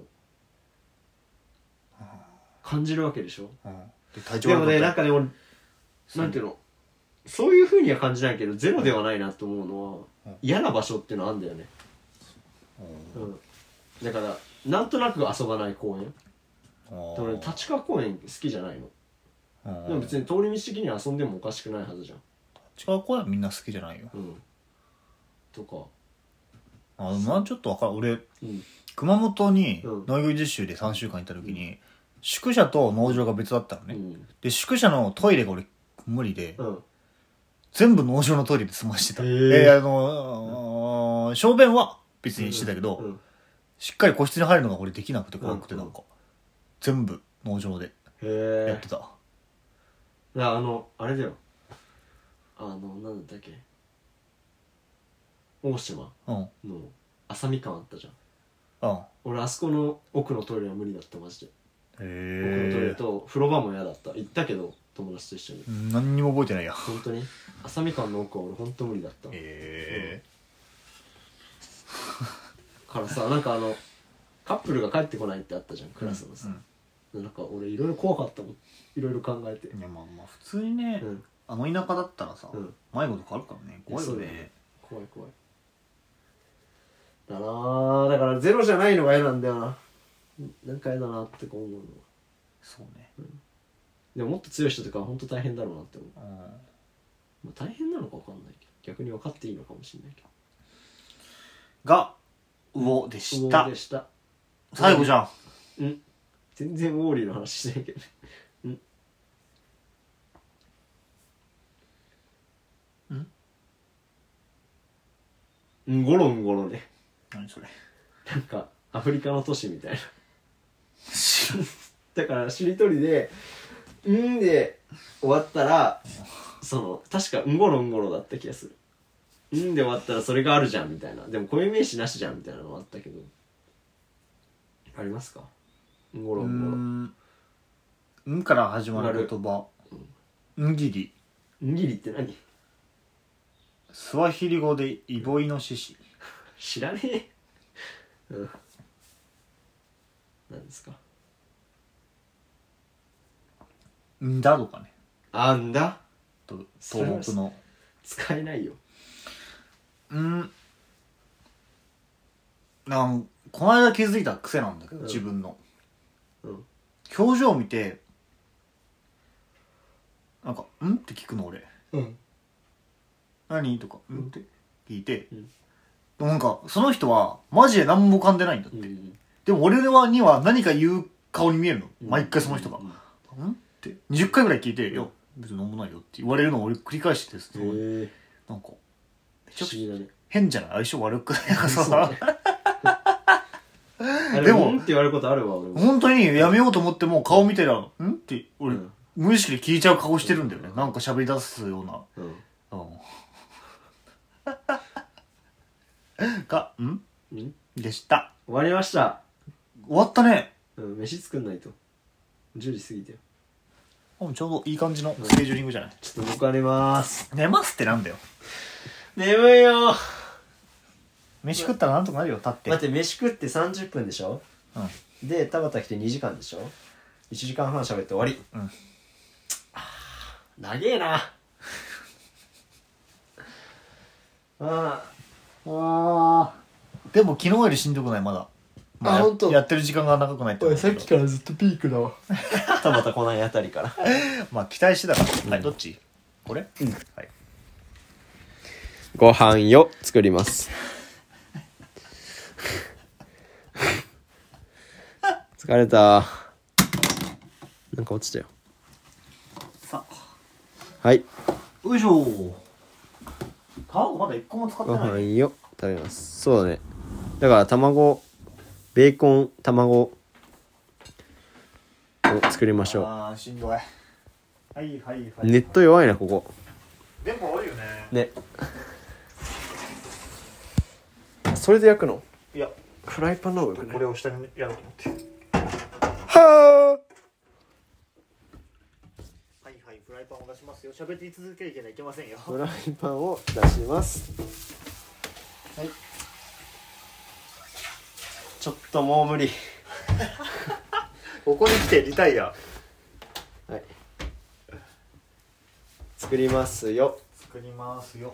S3: 感じるわけでしょ
S4: うん、で体調
S3: でも
S4: 悪かった
S3: ねなんかでもなんていうのそういうふうには感じないけどゼロではないなと思うのは嫌な場所っていうのはあんだよね、うん、だからなんとなく遊ばない公園でも俺立川公園好きじゃないの
S4: うん
S3: でも別に通り道的には遊んでもおかしくないはずじゃん
S4: 違う子はみんな好きじゃないよ
S3: うんとか
S4: あでもなちょっとわかる俺
S3: うん
S4: 熊本に
S3: うん
S4: 農業実習で3週間行った時に、宿舎と農場が別だったの
S3: う
S4: ね、
S3: ん
S4: で宿舎のトイレが俺無理で、
S3: うん
S4: 全部農場のトイレで済ましてた、
S3: へ
S4: え
S3: ー
S4: ーあのー小便は別にしてたけど、
S3: うん
S4: しっかり個室に入るのが俺できなくて怖くて
S3: うん
S4: なんか、全部農場で
S3: へ
S4: やっ
S3: え
S4: てた、
S3: いやあのあれだよあのなんだっけ大島
S4: うんうん
S3: の浅見館あったじゃん
S4: へ
S3: 俺あそこの奥のトイレは無理だったマジで、奥のトイレ
S4: え
S3: と風呂場も嫌だった行ったけど友達と一緒に
S4: 何にも覚えてないや
S3: 本当に浅見館の奥は俺本当無理だった
S4: へ
S3: からさなんかあのカップルが帰ってこないってあったじゃんクラスのさ、なんか俺いろいろ怖かったもんいろいろ考えて
S4: いやまあまあ普通にね、
S3: うん
S4: あの田舎だったらさ、
S3: うん
S4: 迷子とかあるからね怖いよ
S3: そうだ
S4: ね
S3: ね怖い怖いだなあだからゼロじゃないのが嫌なんだよななんか嫌だなってこう思うの
S4: そうね
S3: でももっと強い人とかは本当大変だろうなって思う
S4: うん
S3: まあ、大変なのか分かんないけど逆に分かっていいのかもしれないけど
S4: が魚でした
S3: ウォーでした
S4: 最後じゃん
S3: 全然ウォーリーの話しないけど ねうんんゴロンゴロね
S4: 何 それ
S3: なんかアフリカの都市みたいなだからしりとりで「ん」で終わったらその確か「んごろんごろ」だった気がする「ん」で終わったらそれがあるじゃんみたいなでも固有名詞なしじゃんみたいなのもあったけどありますか「んご
S4: う
S3: ろ
S4: ー
S3: んごろ」
S4: ん「ん」から始まる言葉「んぎり
S3: んぎりって何」
S4: スワヒリ語で「イボイノシシ
S3: 知らねえうん何ですか」
S4: 「んだ」とかね
S3: あんだ
S4: と
S3: それは
S4: 東北の
S3: 使えないよ
S4: 「ん」なんこの間気づいた癖なんだけど
S3: うん
S4: 自分の、
S3: うん
S4: 表情を見てなんか「ん?」って聞くの俺
S3: うん
S4: 「何?」とか「ん?」って聞いて、
S3: うん
S4: でもなんかその人はマジで何も噛んでないんだって、
S3: うん
S4: でも俺はには何か言う顔に見えるの、
S3: うん
S4: 毎回その人が
S3: うんへ
S4: 「ん?」って20回ぐらい聞いて「いや別に何もないよ」って言われるのを俺繰り返しててすごい
S3: え
S4: なんか
S3: 不思議だね
S4: 変じゃない相性悪くないなんか
S3: そう
S4: さ
S3: ねあ
S4: で
S3: で
S4: も
S3: も、うんって言われることあるわ、俺も。
S4: 本当にやめようと思っても顔見たら「ん?」って俺、
S3: うん
S4: 無意識で聞いちゃう顔してるんだよねなんか喋り出すような
S3: うん。
S4: うんが「ん?
S3: うん終」
S4: でした
S3: わりました。
S4: 終わったね
S3: うん、飯作んないと。10時過ぎてよ。
S4: あちょうどいい感じのスケジューリングじゃない
S3: ちょっと僕は寝まーす。
S4: 寝ますってなんだよ
S3: 眠いよー
S4: 飯食ったらなんとかなるよ立って
S3: 待って、飯食って30分でしょ
S4: うん
S3: で、田畑来て2時間でしょ ?1 時間半喋って終わり。
S4: うん
S3: 長えな。 あ
S4: あーでも昨日よりしんどくないまだ、ま
S3: あ
S4: や
S3: ほんと
S4: やってる時間が長くないってことだけど
S3: からずっとピークだわ。田畑来ないあたりから。
S4: まあ期待してたから、はいどっちこれうんはい
S2: ご飯よ作ります。 疲れた。なんか落ちたよ。
S4: さ
S2: はい。
S4: あよいしょー卵まだ1個も使って
S2: ご
S4: ない、
S2: 飯よ食べます。そうだね。だから卵、ベーコン、卵を作りましょ
S4: ああしんどいはいはいは
S2: う。
S4: い
S2: ネット弱いな、ここ。
S4: 電波多いよね
S2: ね。それで焼くの
S4: いや
S2: フライパンの方がよくない
S4: これを下にやろうと思って
S2: は
S4: はいはいフライパンを出しますよ喋って続けなきゃいけませんよ
S2: ーフライパンを出します。
S3: ちょっともう無理。ここに来てリタイアはい作りますよ
S4: 作りますよ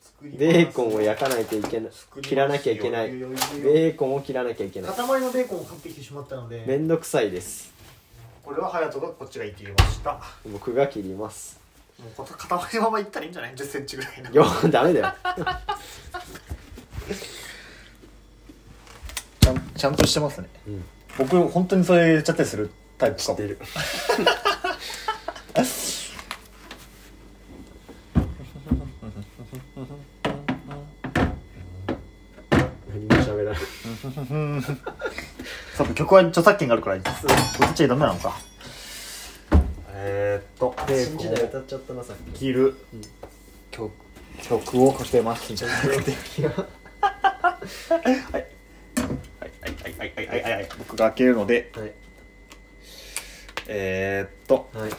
S4: 作ります
S3: ベーコンを焼かないといけない
S4: 作りますよ
S3: 切らなきゃいけない
S4: いい
S3: ベ
S4: よいいよ
S3: ーコンを切らなきゃいけない
S4: 塊のベーコンを買ってきてしまったので、
S3: めんどくさいです
S4: これは隼人がこっちが言って言いましたも
S3: 僕が切ります
S4: うこの塊のままいったらいいんじゃない1 0ンチぐらい の
S3: よダメだよ
S4: ちゃんちゃんとしてますね、
S3: ん
S4: 僕本当にそれやっちゃったりするタイプかも
S3: 出る何も喋らない
S4: そうか曲は著作権があるから歌っちゃダメなのかえー、っとベー
S3: 新
S4: コ
S3: 時
S4: ン
S3: 代
S4: を
S3: 歌っちゃったなさっ き
S4: 切る曲曲をかけますはいはいはいはいはいはい僕が開けるので
S3: はい
S4: えー、っと
S3: はい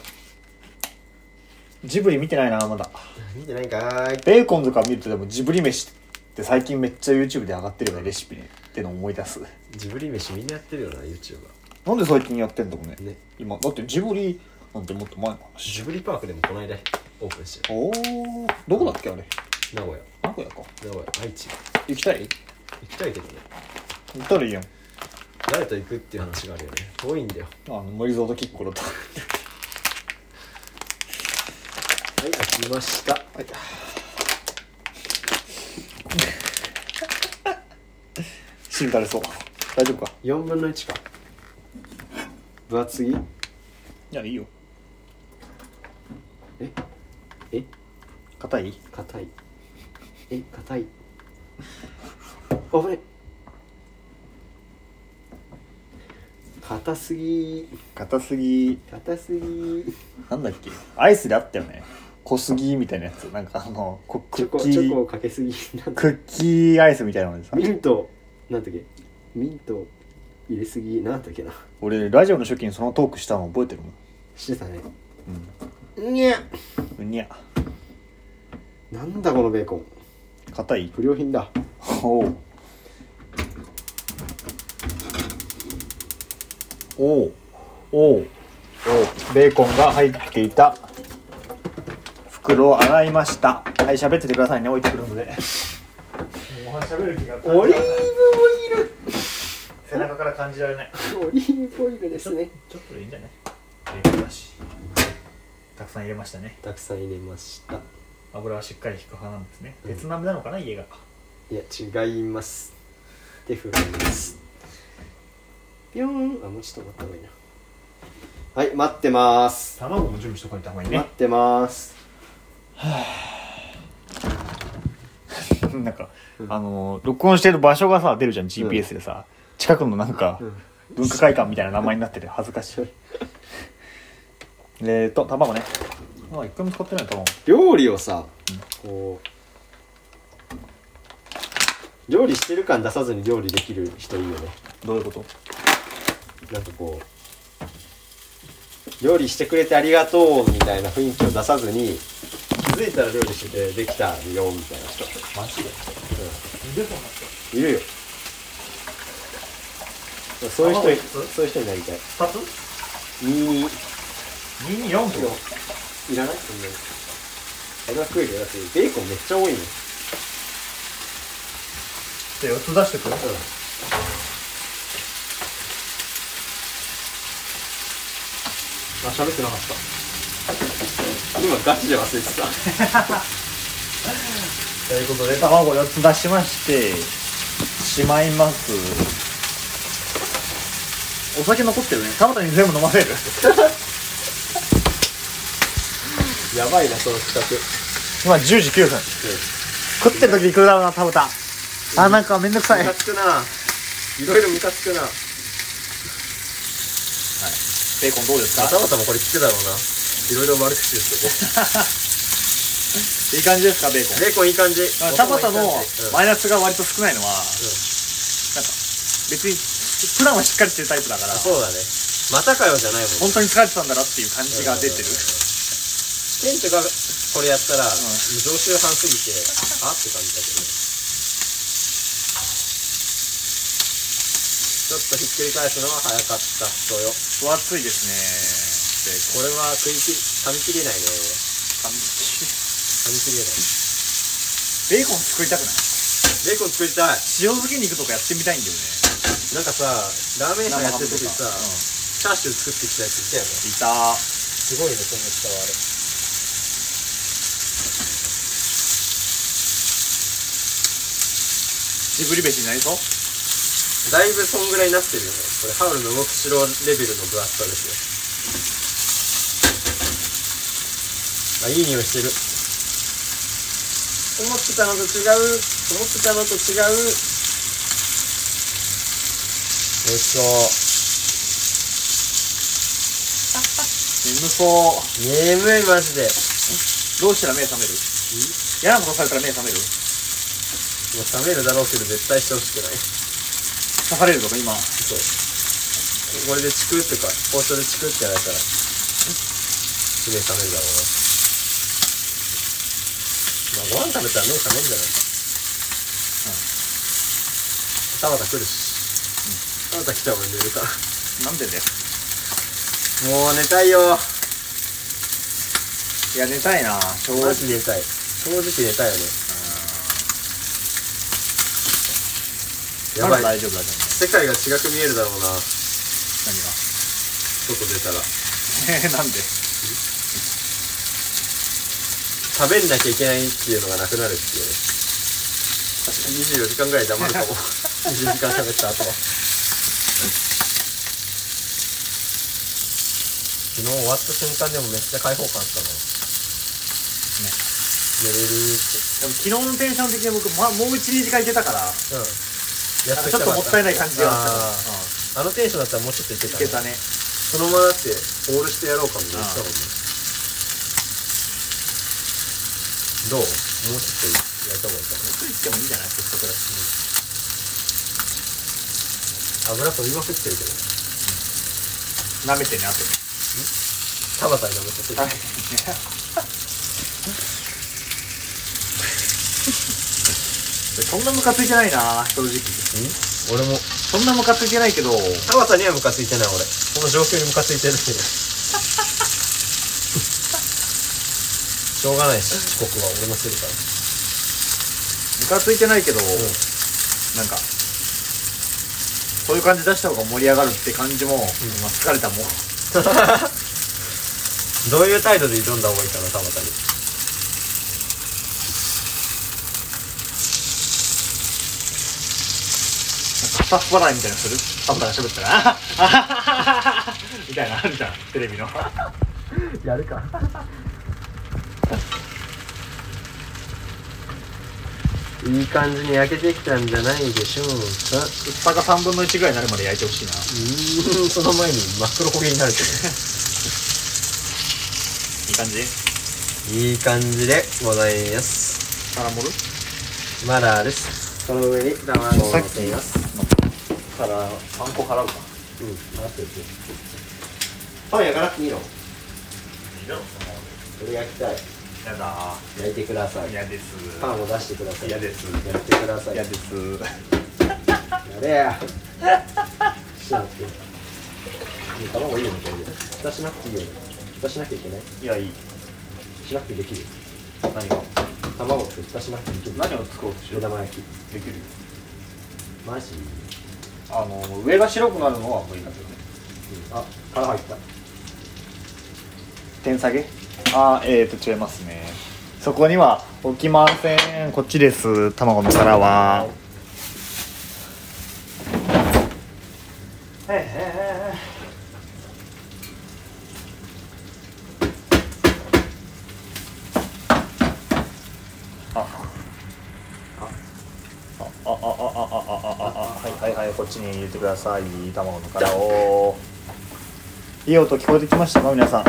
S4: ジブリ見てないなまだ
S3: 見てないかーい
S4: ベーコンとか見るとでもジブリ飯って最近めっちゃ YouTube で上がってるよねレシピってのを思い出す
S3: ジブリ飯みんなやってるよな YouTube は
S4: なんで最近やってんだろうね
S3: ね
S4: 今だってジブリなんてもっと前の話
S3: ジブリパークでもこの間オープンしてる
S4: おおどこだっけあれ
S3: 名古屋
S4: 名古屋か
S3: 名古屋愛知
S4: 行きたい
S3: 行きたいけどね
S4: 行ったらいいやんあ
S3: 誰と行くっていう話があるよね遠いんだよ
S4: の森蔵とキッコロと
S3: はい開きました
S4: はい 汁垂れそう大丈夫か
S3: 4分の1か分厚い
S4: いやいいよ
S3: ええ
S4: 硬い
S3: 硬いえ硬い危ない硬すぎ
S4: 硬すぎ
S3: 硬すぎ
S4: なんだっけアイスであったよね小杉みたいなやつなんかあのこク
S3: チョ
S4: ッ
S3: コ
S4: キ
S3: チョコを
S4: ー
S3: かけすぎなんだ
S4: クッキーアイスみたいなのでさ
S3: ミントなんだっけミント入れすぎなんだっけな
S4: 俺ラジオの初期にそのトークしたの覚えてるもん
S3: してたね
S5: にゃ
S4: うにゃ
S3: なんだこのベーコン
S4: 硬い
S3: 不良品だ
S4: おうおうおうおうベーコンが入っていた袋を洗いましたはい喋っててくださいね置いてくるのでもう喋る気が
S3: オリーブオイル
S4: 背中から感じられない
S3: オリーブオイルですね
S4: ちょっとでいいんじゃないベーコンだしたくさん入れましたね
S3: たくさん入れました
S4: 油はしっかり引く派なんですね鉄鍋なのかな家が
S3: いや違いますテフロンですピョーンあもうちょっと待った方がいいなはい待ってます
S4: 卵も準備しとかれた方がいい
S3: 待ってます
S4: なんか、あのー録音してる場所がさ出るじゃん GPS でさ、近くのなんか、文化会館みたいな名前にな ってて恥ずかしいえーと卵ねあ一回も使ってない卵
S3: 料理をさこう料理してる感出さずに料理できる人いいよね
S4: どういうこと
S3: なんかこう料理してくれてありがとうみたいな雰囲気を出さずに気づいたら料理しててできたよみたいな人
S4: マジで
S3: いるよそういう人いそういう人になりたい
S4: 2つ
S3: 22
S4: 2に4キロ
S3: いらないそんなにあれは食えるよだってベーコンめっちゃ多いもん
S4: じゃあ4つ出してくる
S3: あ喋ってなかった今ガチで忘れてた
S4: ということで卵4つ出しましてしまいますお酒残ってるね田畑に全部飲ませる
S3: やばいなその企画
S4: 今10時9分、食ってる時に食うだろうな田畑あなんかめんどくさい
S3: ムカつくないろいろムカつくな
S4: ベーコンどうですか
S3: 頭さんもこれ聞くだろうないろいろ悪口言って
S4: いい感じですかベーコ
S3: ベーコンいい感じ
S4: ン田畑の
S3: う
S4: マイナスが割と少ないのは、なんか別に普段はしっかりしてるタイプだから
S3: んそうだねまたかよじゃないもん
S4: 本当に疲れてたんだなっていう感じが出てる
S3: ケントがこれやったら、常習犯すぎてあって感じだけどちょっとひっくり返すのは早かった人よ。
S4: 分厚いですね
S3: これは食いき、噛み切れないね。噛み切れない。
S4: ベーコン作りたくない
S3: ベーコン作りたい。
S4: 塩漬け肉とかやってみたいんだよね
S3: なんかさ、ラーメン屋さんやってる時にさ、
S4: うん
S3: チャーシュー作ってきたやついたよね。すごい
S4: いた
S3: ね、その下はあれ。
S4: ジブリ飯になりそう
S3: だいぶそんぐらいになってるよね。これ、ハウルの動く城レベルの分厚さですよ。あ、いい匂いしてる。思ってたのと違う、思ってたのと違う。美味しそう。
S4: 眠そう
S3: 眠い、マジで。
S4: どうしたら目覚める嫌なことされたら目覚める
S3: もう冷めるだろうけど、絶対してほしくない。
S4: 刺されるとか今
S3: そう。これでチクってか、包丁でチクってやられたら、目覚めるだろうな。まあ、ご飯食べたら目覚めるじゃない田畑来るし。田畑来たら俺寝るから。
S4: なんでね
S3: もう寝たいよ。
S4: いや寝たいな正
S3: マジ寝たい。正直寝たいよね。や
S4: まだ
S3: ばい。
S4: 大丈夫だじゃん
S3: 世界が違く見えるだろうな。
S4: 何が
S3: 外出たら。
S4: えー、 なんで
S3: 食べんなきゃいけないっていうのがなくなるっていうね確かに24時間ぐらい黙るかも24時間食べた後は昨日終わった瞬間でもめっちゃ開放感あったの
S4: ね
S3: 寝れるって
S4: でも昨日のテンション的に僕、ま、もう12時間いけたか
S3: う
S4: ら
S3: んや
S4: なんかちょっともったいない感じがあったから
S3: ああのテンションだったらもうちょっといけた
S4: いけたね
S3: そのままだってオールしてやろうかみたいな言ってたもんねどうもうちょっとやった方がいいかな
S4: 僕行ってもいいんじゃないせっかくだし
S3: 油飛びまくってるけど
S4: 舐めてねあと
S3: 田畑に登ってて
S4: そんなムカついてないな正直
S3: 俺も
S4: そんなムカついてないけど
S3: 田畑にはムカついてない俺この状況にムカついてるけどしょうがないし遅刻は俺もするから
S4: ムカついてないけど、なんかそういう感じ出した方が盛り上がるって感じも、まあ疲れたも
S3: ど
S4: ん
S3: ういう態度で挑んだ方がいいかな田畑に
S4: スタッフ払いみたいなのするパパが喋ったら 「あははははみたいなのあるじゃんテレビのやるか
S3: いい感じに焼けてきたんじゃないでしょうか
S4: 一パが3分の1ぐらいになるまで焼いてほしいないう
S3: ーんその前に真っ黒焦げになるけど
S4: い感じ
S3: いい感じでございます
S4: 皿盛る
S3: マラーですその上に卵を乗せます
S4: 皿3個払う
S3: うん払っ
S4: か
S3: てるパン焼かなくていいの俺焼きたい
S4: やだ
S3: 焼いてください
S4: 嫌です
S3: パンを出してください
S4: 嫌です
S3: やってください。
S4: 嫌
S3: や
S4: です
S3: れや。しなくていい。卵いいよね、これで。蓋しなくていいよね。蓋しなきゃいけない。
S4: いやいい
S3: しなくてできる。
S4: 何が
S3: 卵って蓋しなくてできる。
S4: 何を作ろうとしよ
S3: 目
S4: う
S3: 玉焼き。
S4: できるよ
S3: マジ
S4: あの上が白くなるのは無理なんだよね
S3: あ、殻入った。
S4: 点下げあえっ、ー、と違いますねそこには置きませんこっちです卵の皿はえーああああああああああはいはいはいこっちに入れてください卵の殻をいい音聞こえてきましたか皆さん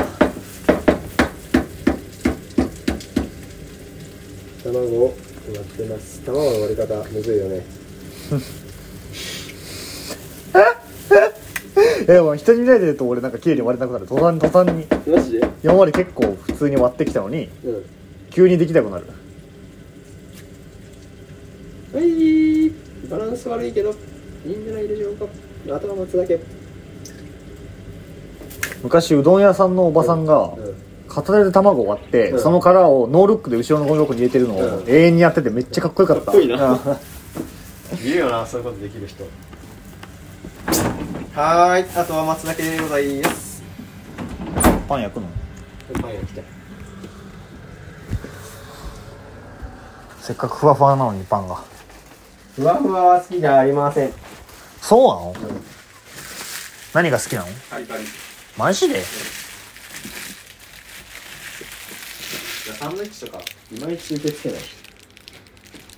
S3: 卵を割ってます。卵の割り方、むずいよね。
S4: えでも人に例で言うと俺なんか綺麗に割れなくなる途端途端に
S3: マジで
S4: 今まで結構普通に割ってきたのに
S3: うん。
S4: 急にできなくなる
S3: はい。バランス悪いけど、いいんじゃないでしょうか。頭持つだけ
S4: 昔うどん屋さんのおばさんが
S3: うん
S4: 片手で卵を割って、
S3: うん
S4: その殻をノールックで後ろのゴミ箱に入れてるのを
S3: うん
S4: 永遠にやっててめっちゃかっこよかった
S3: かっこいいな
S4: うん
S3: いるよなそういうことできる人
S6: はーいあとは松だけでございます
S4: パン焼くの
S3: パン屋来た
S4: せっかくふわふわなのにパンが
S3: ふわふわは好きじゃありません
S4: そうなの、何が好きなの
S6: カリカリ
S4: マジで
S6: じゃあサンドイッチとか
S3: いまいち受け付けない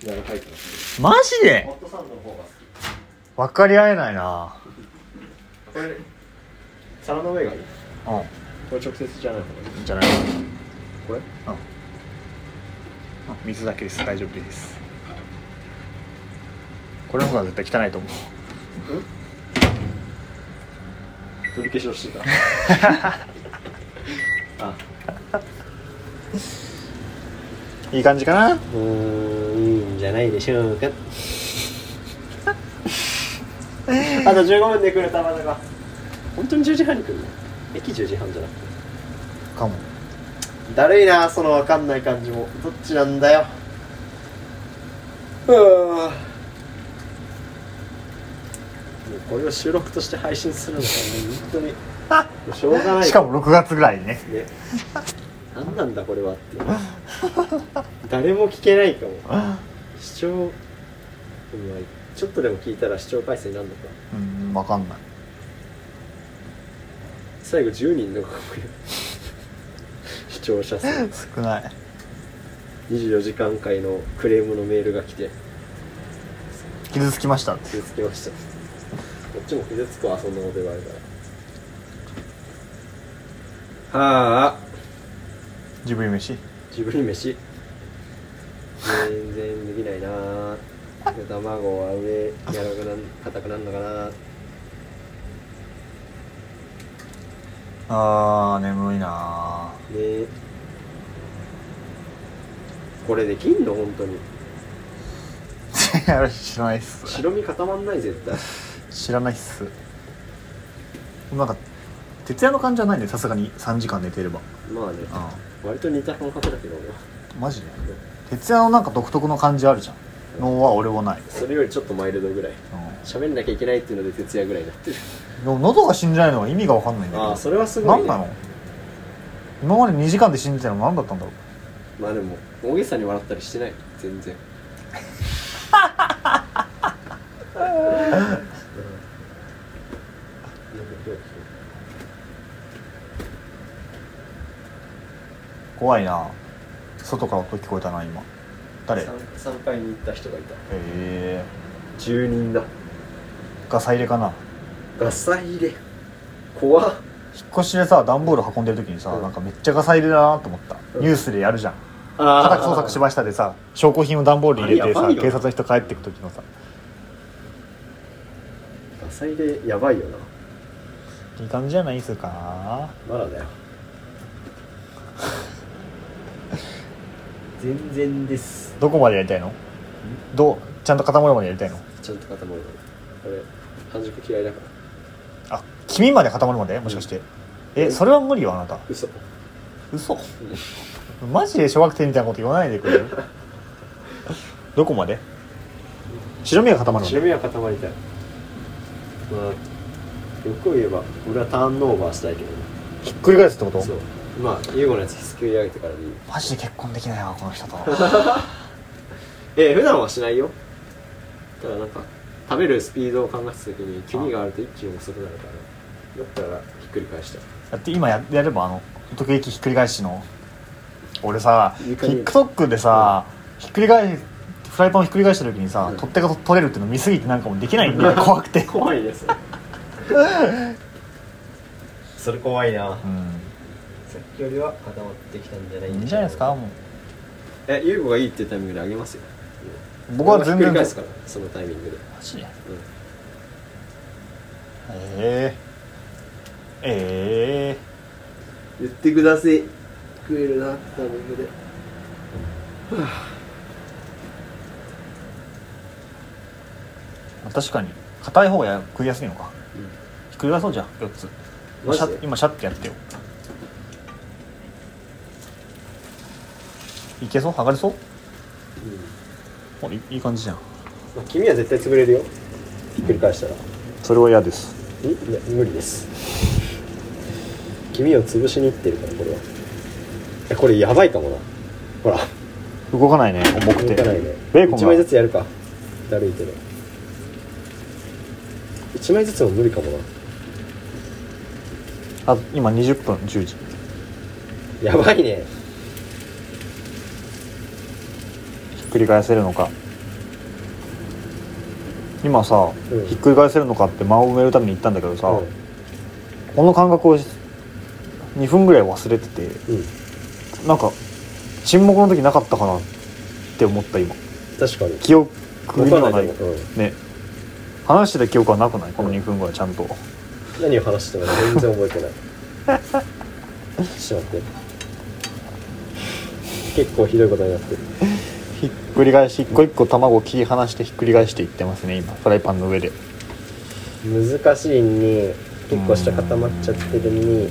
S6: やらかいからホ
S4: マジで
S6: ットサンドの方が好き
S4: 分かり合えないな
S6: これ
S3: 皿の上がいい
S4: うん
S3: これ直接じゃない方がいい
S4: いいんじゃない
S3: これ
S4: あ水だけです大丈夫ですこれの方が絶対汚いと思う
S3: 取り化粧してたあ
S4: いい感じかな
S3: うーんいいんじゃないでしょうかあと15分で来るたまたま本当に10時半に来るの駅10時半じゃなくて
S4: かも
S6: だるいなそのわかんない感じもどっちなんだよ
S3: もうこれを収録として配信するのが本当にもうしょうがない
S4: しかも6月ぐらいにね
S3: ね何なんだこれはっていう誰も聞けないかも視聴うんちょっとでも聞いたら視聴回数になるのか
S4: うん分かんない
S3: 最後10人の視聴者数
S4: 少ない
S3: 24時間回のクレームのメールが来て
S4: 傷つきましたって
S3: 傷つきましたこっちも傷つくわそんなこと言われたらはあ
S4: ジブリ飯
S3: ジブリ飯全然できないなぁ卵は上柔らかくなん硬くなるのかな
S4: あー眠いな
S3: ねこれできんの本当に
S4: ー知らないっす
S3: 白身固まんない絶対
S4: 知らないっすなんか徹夜の感じはないねさすがに3時間寝てれば
S3: まあね
S4: あ
S3: 割と似た感覚だけど俺は
S4: マジで徹夜のなんか独特の感じあるじゃんのは俺もない、
S3: それよりちょっとマイルドぐらい
S4: うん
S3: 喋んなきゃいけないっていうので徹夜ぐらいになってる
S4: でも喉が死んじゃないのは意味が分かんないんだけど
S3: ああそれはすごい、
S4: 何
S3: ね、
S4: なの今まで2時間で死んでたの何だったんだろう
S3: まあでも大げさに笑ったりしてない全然
S4: 怖いな外から音聞こえたな今誰へ
S3: 3, 階に行った人がいた
S4: え
S3: 住人だ
S4: ガサ入れかな
S3: ガサ入れ怖っ
S4: 引っ越しでさ段ボール運んでる時にさ、
S3: うん
S4: なんかめっちゃガサ入れだなと思った、
S3: うん
S4: ニュースでやるじゃん
S3: あ
S4: 家宅捜索しましたでさ証拠品を段ボールに入れて
S3: あ
S4: さ
S3: れやばいよ
S4: 警察の人帰ってく時のさ
S3: ガサ入れやばいよない
S4: い感じじゃないっすか
S3: まだだよ全然です
S4: どこまでやりたいのどうちゃんと固まるまでやりたいの
S3: ちゃんと固まる俺半熟嫌いだから
S4: あ君まで固まるまでもしかして、えそれは無理よあなた
S3: 嘘
S4: 嘘マジで小学生みたいなこと言わないでく れるどこまで白身が固まるま
S3: 白
S4: で
S3: 身は固まりたいまあ欲を言えば俺はターンオーバーしたいけどね
S4: ひっくり返すってこと
S3: そうまあ優吾のやつすくい上げてからでいい
S4: マジで結婚できないわこ の人と
S3: えー普段はしないよただなんか食べるスピードを考えた時に黄身があると一気に遅くなるからだったらひっくり返したい
S4: だって今ややればあの特益ひっくり返しの俺さ
S3: 床に
S4: TikTok でさ、ひっくり返しフライパンをひっくり返した時にさ、
S3: うん
S4: 取っ手が取れるっていうの見すぎてなんかもうできないんだよ 怖くて
S3: 怖いです
S6: それ怖いな
S4: うん
S3: さっきよりは固まってきたんじゃない
S4: いいんじゃないですかもう
S3: え優吾がいいってタイミングであげますよ
S4: 僕は全
S3: ひっくり
S4: 然マ
S3: 返すからそのタイミングで
S4: ジで
S3: うん
S4: ええええ
S3: 言ってください食えるなってタイミングで
S4: 確かに硬い方が食いやすいのか、ひっくり返そうじゃん4つ
S3: マジで
S4: シャッ今シャッてやってよいけそう剥がれそう、ほらいいい感じじゃん
S3: まあ君は絶対潰れるよひっくり返したら
S4: それは嫌です
S3: んいや無理です君を潰しにいってるからこれはえこれやばいかもなほら
S4: 動かないね重く
S3: 動
S4: て
S3: かないね
S4: ベーコン
S3: 1
S4: が
S3: 枚ずつやるかだるいけど1枚ずつも無理かもな
S4: あ今20分10時
S3: やばいね
S4: ひっくり返せるのか今さ、
S3: うん
S4: ひっくり返せるのかって間を埋めるために言ったんだけどさ、
S3: うん
S4: この感覚を2分ぐらい忘れてて
S3: うん
S4: なんか沈黙の時なかったかなって思った今
S3: 確かに
S4: 記憶にはな
S3: わ
S4: い
S3: かんないでも
S4: ね話してた記憶はなくないこの2分ぐらいちゃんと
S3: うん何を話してたか全然覚えてない ちょっと待って結構ひどいことになってる
S4: ひっくり返し一個一個卵を切り離してひっくり返していってますね今フライパンの上で
S3: 難しいね結構下固まっちゃってるね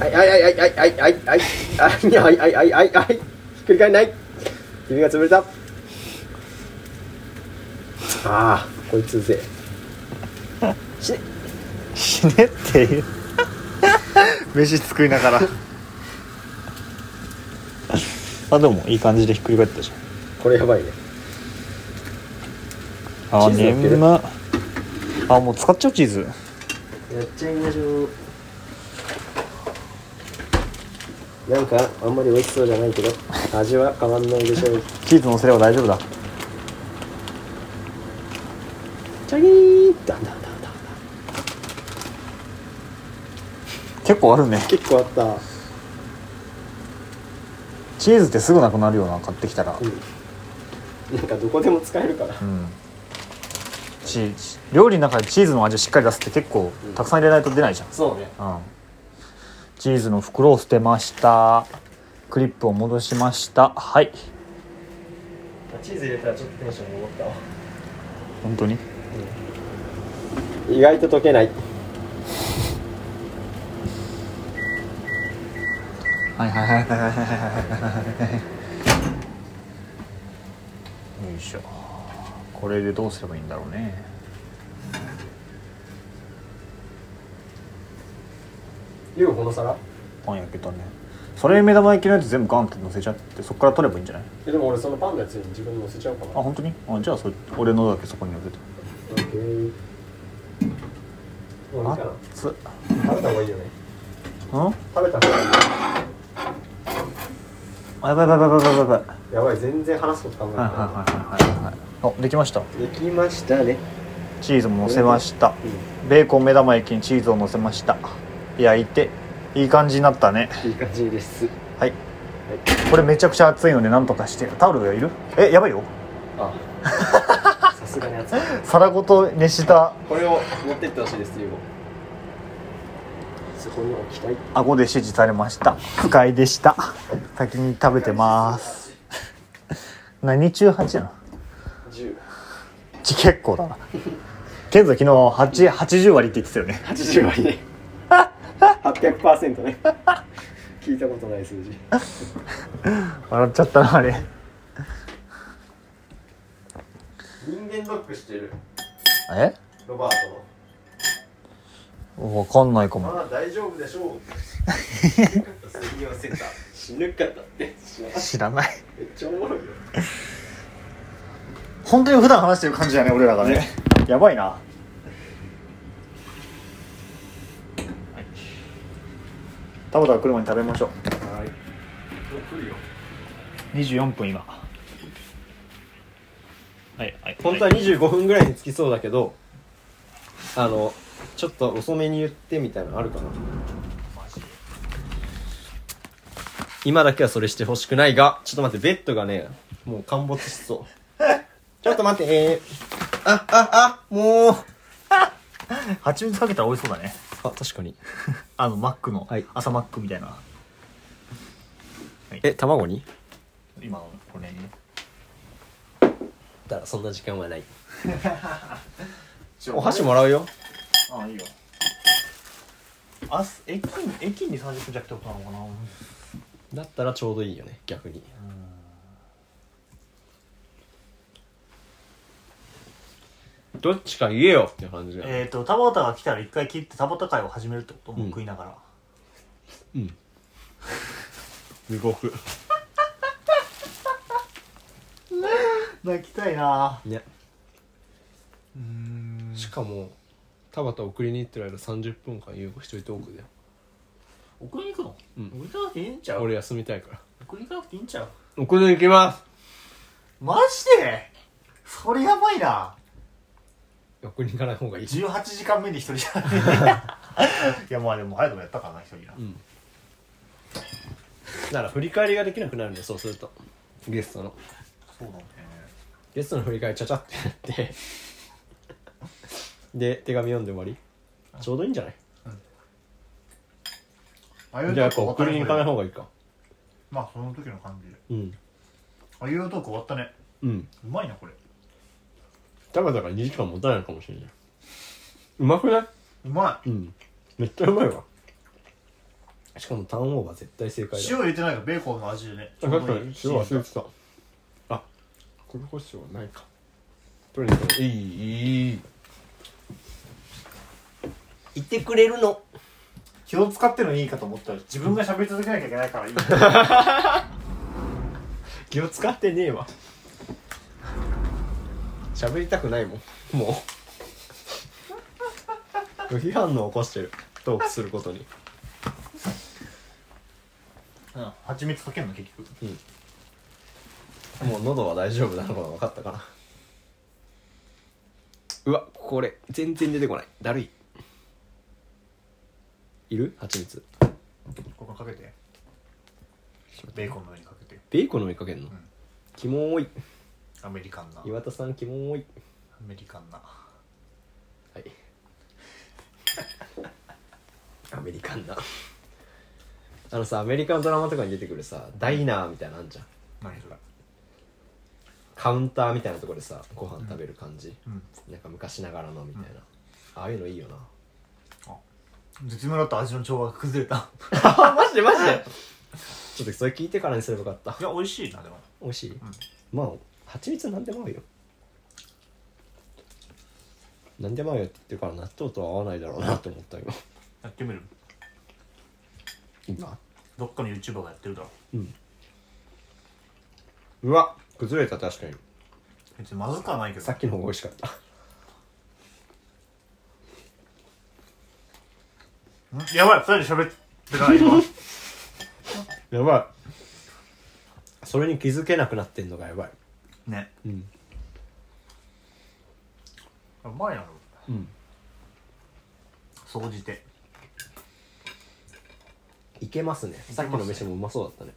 S3: はいはいはいはいはいはいはいはいはいはいはいはいひっくり返らない指が潰れたああこいつうぜえしね
S4: 死ねっていう飯作りながらあでもいい感じでひっくり返ったじ
S3: これやばいね
S4: ゃんあ
S3: チーズ
S4: 眠なあもう使っちゃうチーズ
S3: やっちゃいましょうなんかあんまり美味しそうじゃないけど味は変わんないでしょう
S4: チーズ乗せれば大丈夫だ
S3: チャギーだんだんだんだん
S4: 結構あるね
S3: 結構あった
S4: チーズってすぐなくなるような買ってきたら
S3: うんなんかどこでも使えるから
S4: うんし料理の中でチーズの味をしっかり出すって結構たくさん入れないと出ないじゃん
S3: そうね
S4: うん、チーズの袋を捨てましたクリップを戻しましたはい
S3: チーズ入れたらちょっとテンション戻ったわ
S4: 本当に
S3: 意外と溶けない
S4: はいはいはいはいはいはいはいよいしょこれでどうすればいいんだろうね
S3: ゆうこの皿
S4: パン焼けたねそれに目玉焼きのやつ全部ガンって乗せちゃってそっから取ればいいんじゃない
S3: えでも俺そのパンのやつに自分に乗せちゃおうかな
S4: あ本当にあじゃあそれ俺のだけそこに乗せて
S3: オッケーもういいかな
S4: 熱
S3: 食
S4: っ
S3: べた方がいいよね
S4: うん
S3: 食べた方がい
S4: あやばいやばいやばいやばいやばい
S3: いやばい全然話すこと考えて
S4: は
S3: な
S4: い
S3: い、
S4: はいはいはいはいはいあできました
S3: できましたね
S4: チーズも乗せましたベーコン目玉焼きにチーズを乗せました焼いていい感じになったね
S3: いい感じです
S4: はいこれめちゃくちゃ熱いのでなんとかしてタオルがいるえやばいよ
S3: あさすがに熱い
S4: 皿ごと熱した
S3: これを持ってってほしいですゆうこそこに置きたい
S4: 顎で指示されました不快でした先に食べてます何中8やな
S3: 10
S4: ち結構だな健三昨日8 80割って言ってたよね
S3: 80割 ね800%ね聞いたことない数字
S4: 笑っちゃったなあれ
S3: 人間ドックしてる
S4: え
S3: ロバー
S4: わかんないか
S3: トの
S4: も
S3: まあ大丈夫でしょ う水曜センター死ぬかったって死なめっ
S4: 知らない
S3: ちゃおもろいよ
S4: 本当に普段話してる感じだね俺らがねやばいな田畑が来る前に食べましょうはい来るよ24分今はいはい
S2: 本当は25分ぐらいに着きそうだけどあのちょっと遅めに言ってみたいなのあるかな今だけはそれしてほしくないがちょっと待ってベッドがねもう陥没しそう ちょっと待ってえー、あああもう
S4: 蜂蜜かけたら美味しそうだね
S2: あ確かに
S4: あのマックの、
S2: はい
S4: 朝マックみたいな
S2: え卵に
S4: 今のこれね
S3: ったらそんな時間はない
S4: じゃあ
S3: お箸もらうよ
S4: ああいいよあす駅に駅に30分弱ってことなのかな
S3: だったらちょうどいいよね逆にどっちか言えよっていう感じが、
S4: えっ、ー、と田畑が来たら一回切って田畑会を始めるってことも食いながら、
S3: 地獄
S4: 泣きたいな
S3: ねしかも田畑送りに行ってる間30分間遊具しといておくで
S1: 送りに行くの、
S3: うん
S1: 送りに行かなくていいんちゃう
S3: 俺休みたいから
S1: 送りに行かなくていいんちゃう
S3: 送りに行きます
S4: マジでそれやばいな
S3: 送りに行かない方がいい
S4: 18時間目で一人じゃな いいやまあでも早くもやったからな一人な、
S3: うんなら振り返りができなくなるんでそうするとゲストの
S4: そうなんだよね
S3: ゲストの振り返りちゃちゃってや ってで手紙読んで終わりちょうどいいんじゃない
S4: あいう
S3: じゃあやっぱ
S4: 終わった
S3: 送りに行かない
S4: ね
S3: 方がいいか
S4: まあその時の感じで
S3: うん
S4: あいうトーク終わったね
S3: うん
S4: うまいなこれ
S3: 田畑が2時間持たないのかもしれないうまくないう
S4: ま
S3: うんめっちゃうまいわしかもターンオーバー絶対正
S4: い
S3: 解だ
S4: 塩入れてないからベーコンの味でね
S3: あ確かに塩忘れてたあ黒胡椒はないかとにかくいいいいいてくれるの
S4: 気を使ってのいいかと思ったら自分が喋り続けなきゃいけないからいい
S3: 気を使ってねえわ喋りたくないもんもう無批判の起こしてるトークすることに
S4: うん蜂蜜かけるの結局
S3: もう喉は大丈夫なのか分かったかなうわこれ全然出てこないだるいいる蜂蜜
S4: ここかけてベーコンの上にかけて
S3: ベーコンの上にかけんの、
S4: ん
S3: キモーい
S4: アメリカンなア
S3: 岩田さんキモーい
S4: メリカンな
S3: はい アメリカンなあのさアメリカのドラマとかに出てくるさダイナーみたいなのあんじゃん
S4: 何それ
S3: カウンターみたいなところでさご飯食べる感じ、
S4: うん
S3: なんか昔ながらのみたいな、ああいうのいいよな
S4: 絶妙だった味の調和が崩れた
S3: あマジでマジでちょっとそれ聞いてからにすればよかった
S4: いや美味しいなでも
S3: 美味しい、まあ蜂蜜なんでも合うよなんでも合うよって言ってるから納豆とは合わないだろうなと思った今
S4: やってみる
S3: 今
S4: どっかの YouTuber がやってるだろ
S3: うわ崩れた確かに
S4: 別にまずくはないけど
S3: さっきの方が美味しかった
S4: んやばい二人で喋ってない 今
S3: やばいそれに気づけなくなってんのがやばい
S4: ね
S3: うん
S4: うまいな
S3: うん
S4: 総じて
S3: いけますねさっきの飯もうまそうだったね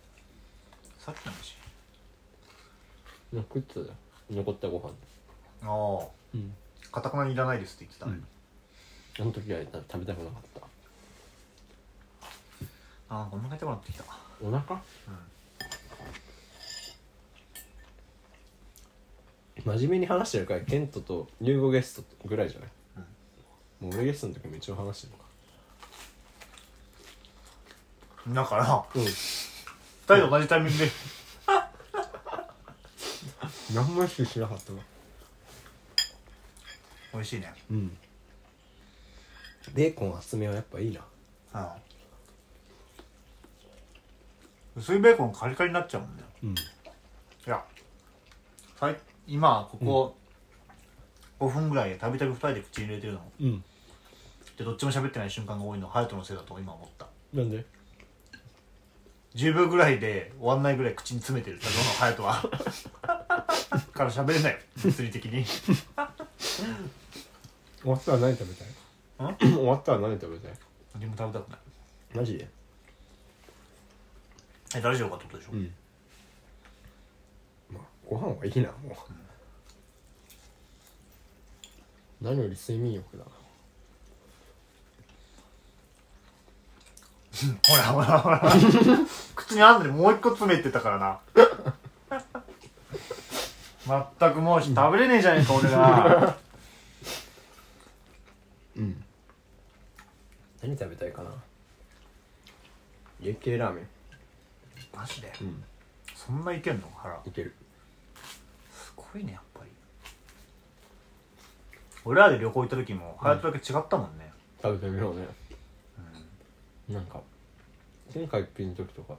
S4: さっきの飯
S3: 食ってたじゃん残ったご飯
S4: あ
S3: うん
S4: あかたくなにいらないですって言ってたね、
S3: あの時は食べたくなかった
S4: ああお腹痛くなってきた
S3: お腹真面目に話してるからケントとユーゴゲストぐらいじゃない、もう俺ゲストの時も一応話してるのか
S4: だから
S3: うん
S4: 二人と同じタイミングで
S3: 何も意識しなかったな
S4: 美味しいね
S3: うんベーコン厚めはやっぱいいな
S4: うん薄いベーコンカリカリになっちゃうもんね
S3: うん
S4: いやさい今ここ5分ぐらいでたびたび2人で口に入れてるの
S3: うん
S4: でどっちも喋ってない瞬間が多いのハヤトのせいだと今思った
S3: なんで
S4: 10秒ぐらいで終わんないぐらい口に詰めてるだろうハヤトは から喋れない物理的に
S3: 終わったら何食べたい終わったら何食べたい
S4: 何も食べたくない
S3: マジで
S4: え大丈夫かってことでしょ、
S3: んまあご飯はいいなもう何より睡眠欲だ
S4: ほらほら ほら口にあんのにもう一個詰めてたからな全くもう食べれねえじゃねえか俺が
S3: 何食べたいかな家系ラーメン
S4: マジで、そんないけんの腹
S3: いける
S4: すごいねやっぱり俺らで旅行行った時もハヤトだけ違ったもんね、
S3: 食べてみようね、なんか天下一品の時とか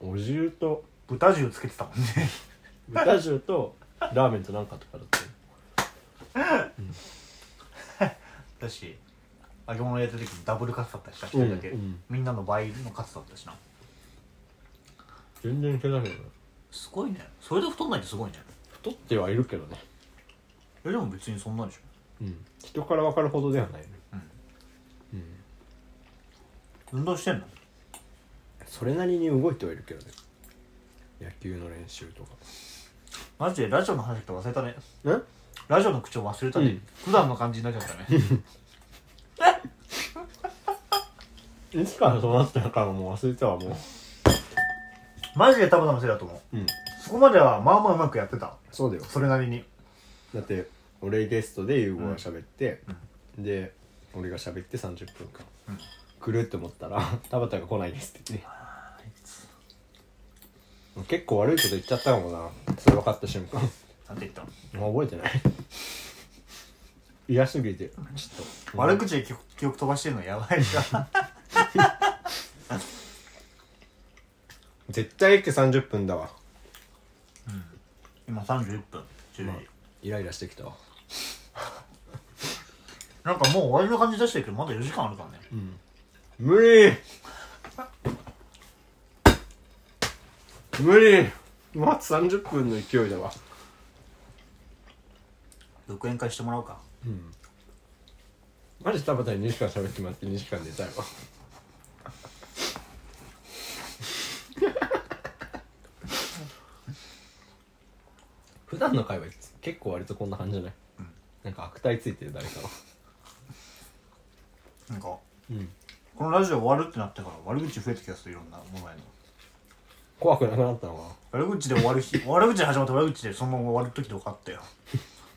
S3: お重 と
S4: 豚汁つけてたもんね
S3: 豚汁とラーメンとなんかとかだったよ
S4: だし揚げ物やった時もダブルカツだったしさ一人だけ、
S3: うんうん
S4: みんなの倍のカツだったしな
S3: 全然いけないけどね
S4: すごいねそれで太んないってすごいね
S3: 太ってはいるけどね
S4: えでも別にそんなでしょ
S3: うん人から分かるほどではないね
S4: 運動してんの
S3: それなりに動いてはいるけどね野球の練習とか
S4: マジでラジオの話って忘れたね
S3: え
S4: ラジオの口調忘れたね、
S3: うん
S4: 普段の感じになっちゃったね
S3: いつからそうなったのかもう忘れたわもう
S4: マジで田畑のせいだと思う、
S3: うん
S4: そこまではまあまあうまくやってた
S3: そうだよ
S4: それなりに
S3: だって俺ゲストで優吾が喋って、で俺が喋って30分間、来るって思ったら 「田畑が来ないです」って言って結構悪いこと言っちゃったかもなそれ分かった瞬 間も
S4: なんて言ったの
S3: う覚え てない嫌すぎてちょっと
S4: 悪口で記憶記憶飛ばしてるのやばいじゃん
S3: 絶対駅30分だわ
S4: 今31分10時、
S3: イライラしてきたわ
S4: なんかもう終わりの感じ出してるけどまだ4時間あるからね、
S3: 無理無理まあ30分の勢いだわ
S4: 独演会してもらおうか
S3: マジ田畑に2時間喋ってもらって2時間寝 たいわ普段の会話結構割とこんな感じじゃない、なんか悪態ついてる誰かは
S4: なんか、
S3: うん
S4: このラジオ終わるってなってから悪口増えた気がするいろんなものへの
S3: 怖くなくなったのか
S4: 悪口で終わる日悪口で始まって悪口でそのまま終わる時とかあったよ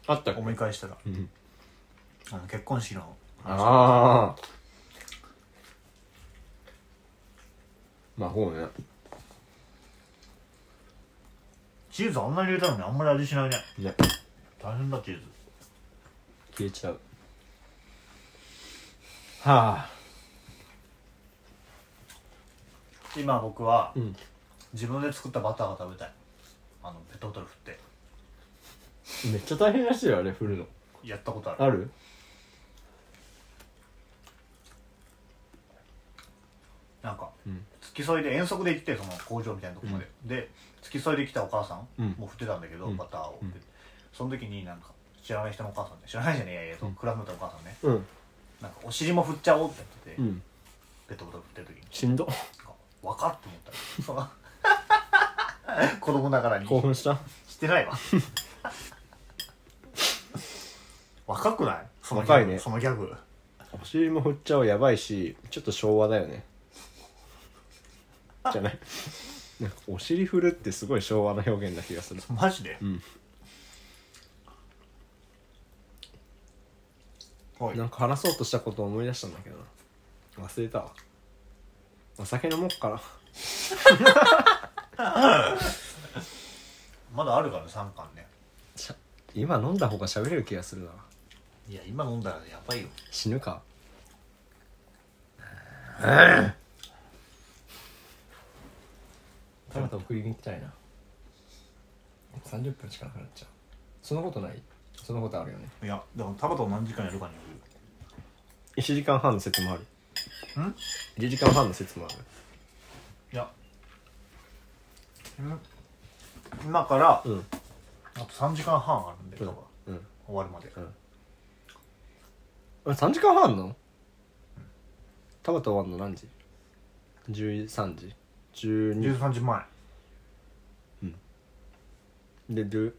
S3: なあった
S4: 思い返したら、
S3: ん
S4: あの結婚式の
S3: ああまあほうね
S4: チーズあんなに入れたのにあんまり味しないね
S3: ね
S4: 大変だチーズ
S3: 消えちゃうはあ
S4: 今僕は、
S3: ん
S4: 自分で作ったバターが食べたいあのペットボトル振って
S3: めっちゃ大変らしいよあれ振るの
S4: やったことある
S3: ある
S4: なんか、
S3: ん
S4: 付き添いで遠足で行ってその工場みたいなとこまで、で付き添いで来たお母さん、
S3: うん
S4: もう振ってたんだけど、バターを、でその時になんか知らない人のお母さんね知らないじゃねえやいやそのクラスメートのお母さんね
S3: うん
S4: なんかお尻も振っちゃおうって言ってて、
S3: うん
S4: ペットボトル振ってる時に
S3: しんど
S4: なんか分かって思ったよその 子供ながらに
S3: 興奮した
S4: して ないわ若くないそのギャグ
S3: 若いね
S4: そのギャグ
S3: お尻も振っちゃうやばいしちょっと昭和だよねじゃないなんかお尻振るってすごい昭和な表現な気がする
S4: マジで、
S3: ん
S4: はい
S3: なんか話そうとしたことを思い出したんだけどな忘れたわお酒飲もうかな
S4: まだあるからね3巻ね
S3: しゃ今飲んだ方が喋れる気がするない
S4: や今飲んだらやばいよ
S3: 死ぬか田畑送りに行きたいな30分しかなくなっちゃうそんなことないそんなことあるよね
S4: いやでもタバと何時間やるかによる
S3: 1時間半の説もあるん1時間半の説もある
S4: いやうん今から、
S3: うん
S4: あと3時間半あるんで、多分
S3: うん
S4: 終わるまで、
S3: うんあれ3時間半あんの田畑終わんの何時 ?13 時12
S4: 13時前
S3: でる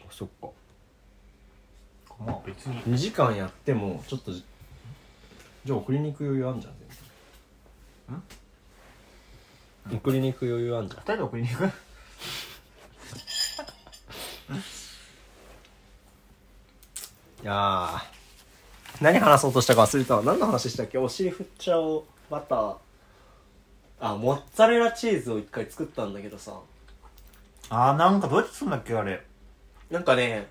S3: あそっか
S4: まあ別に
S3: 2時間やってもちょっとじじゃあ送りに行く余裕あんじゃん全然送りに行く余裕あんじゃん
S4: 2人で送りに行く
S2: ああ。何話そうとしたか忘れたわ。何の話したっけお尻振っちゃおう。バター。あ、モッツァレラチーズを一回作ったんだけどさ。
S7: あーなんかどうやってすんだっけあれ
S2: なんかね、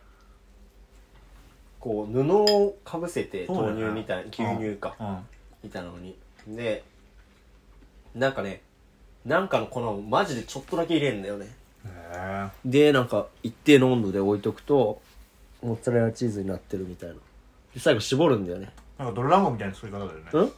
S2: こう、布をかぶせて、
S7: そうだ
S2: 豆
S7: ね
S2: 乳みたい、牛乳か、
S7: うん
S2: みたいなのに。で、なんかね、なんかの粉をマジでちょっとだけ入れんだよね。
S7: へえ
S2: でなんか一定の温度で置いとくとモッツァレラチーズになってるみたいなで最後絞るんだよね
S7: なんか泥団子みたいな作り方だよね
S2: うん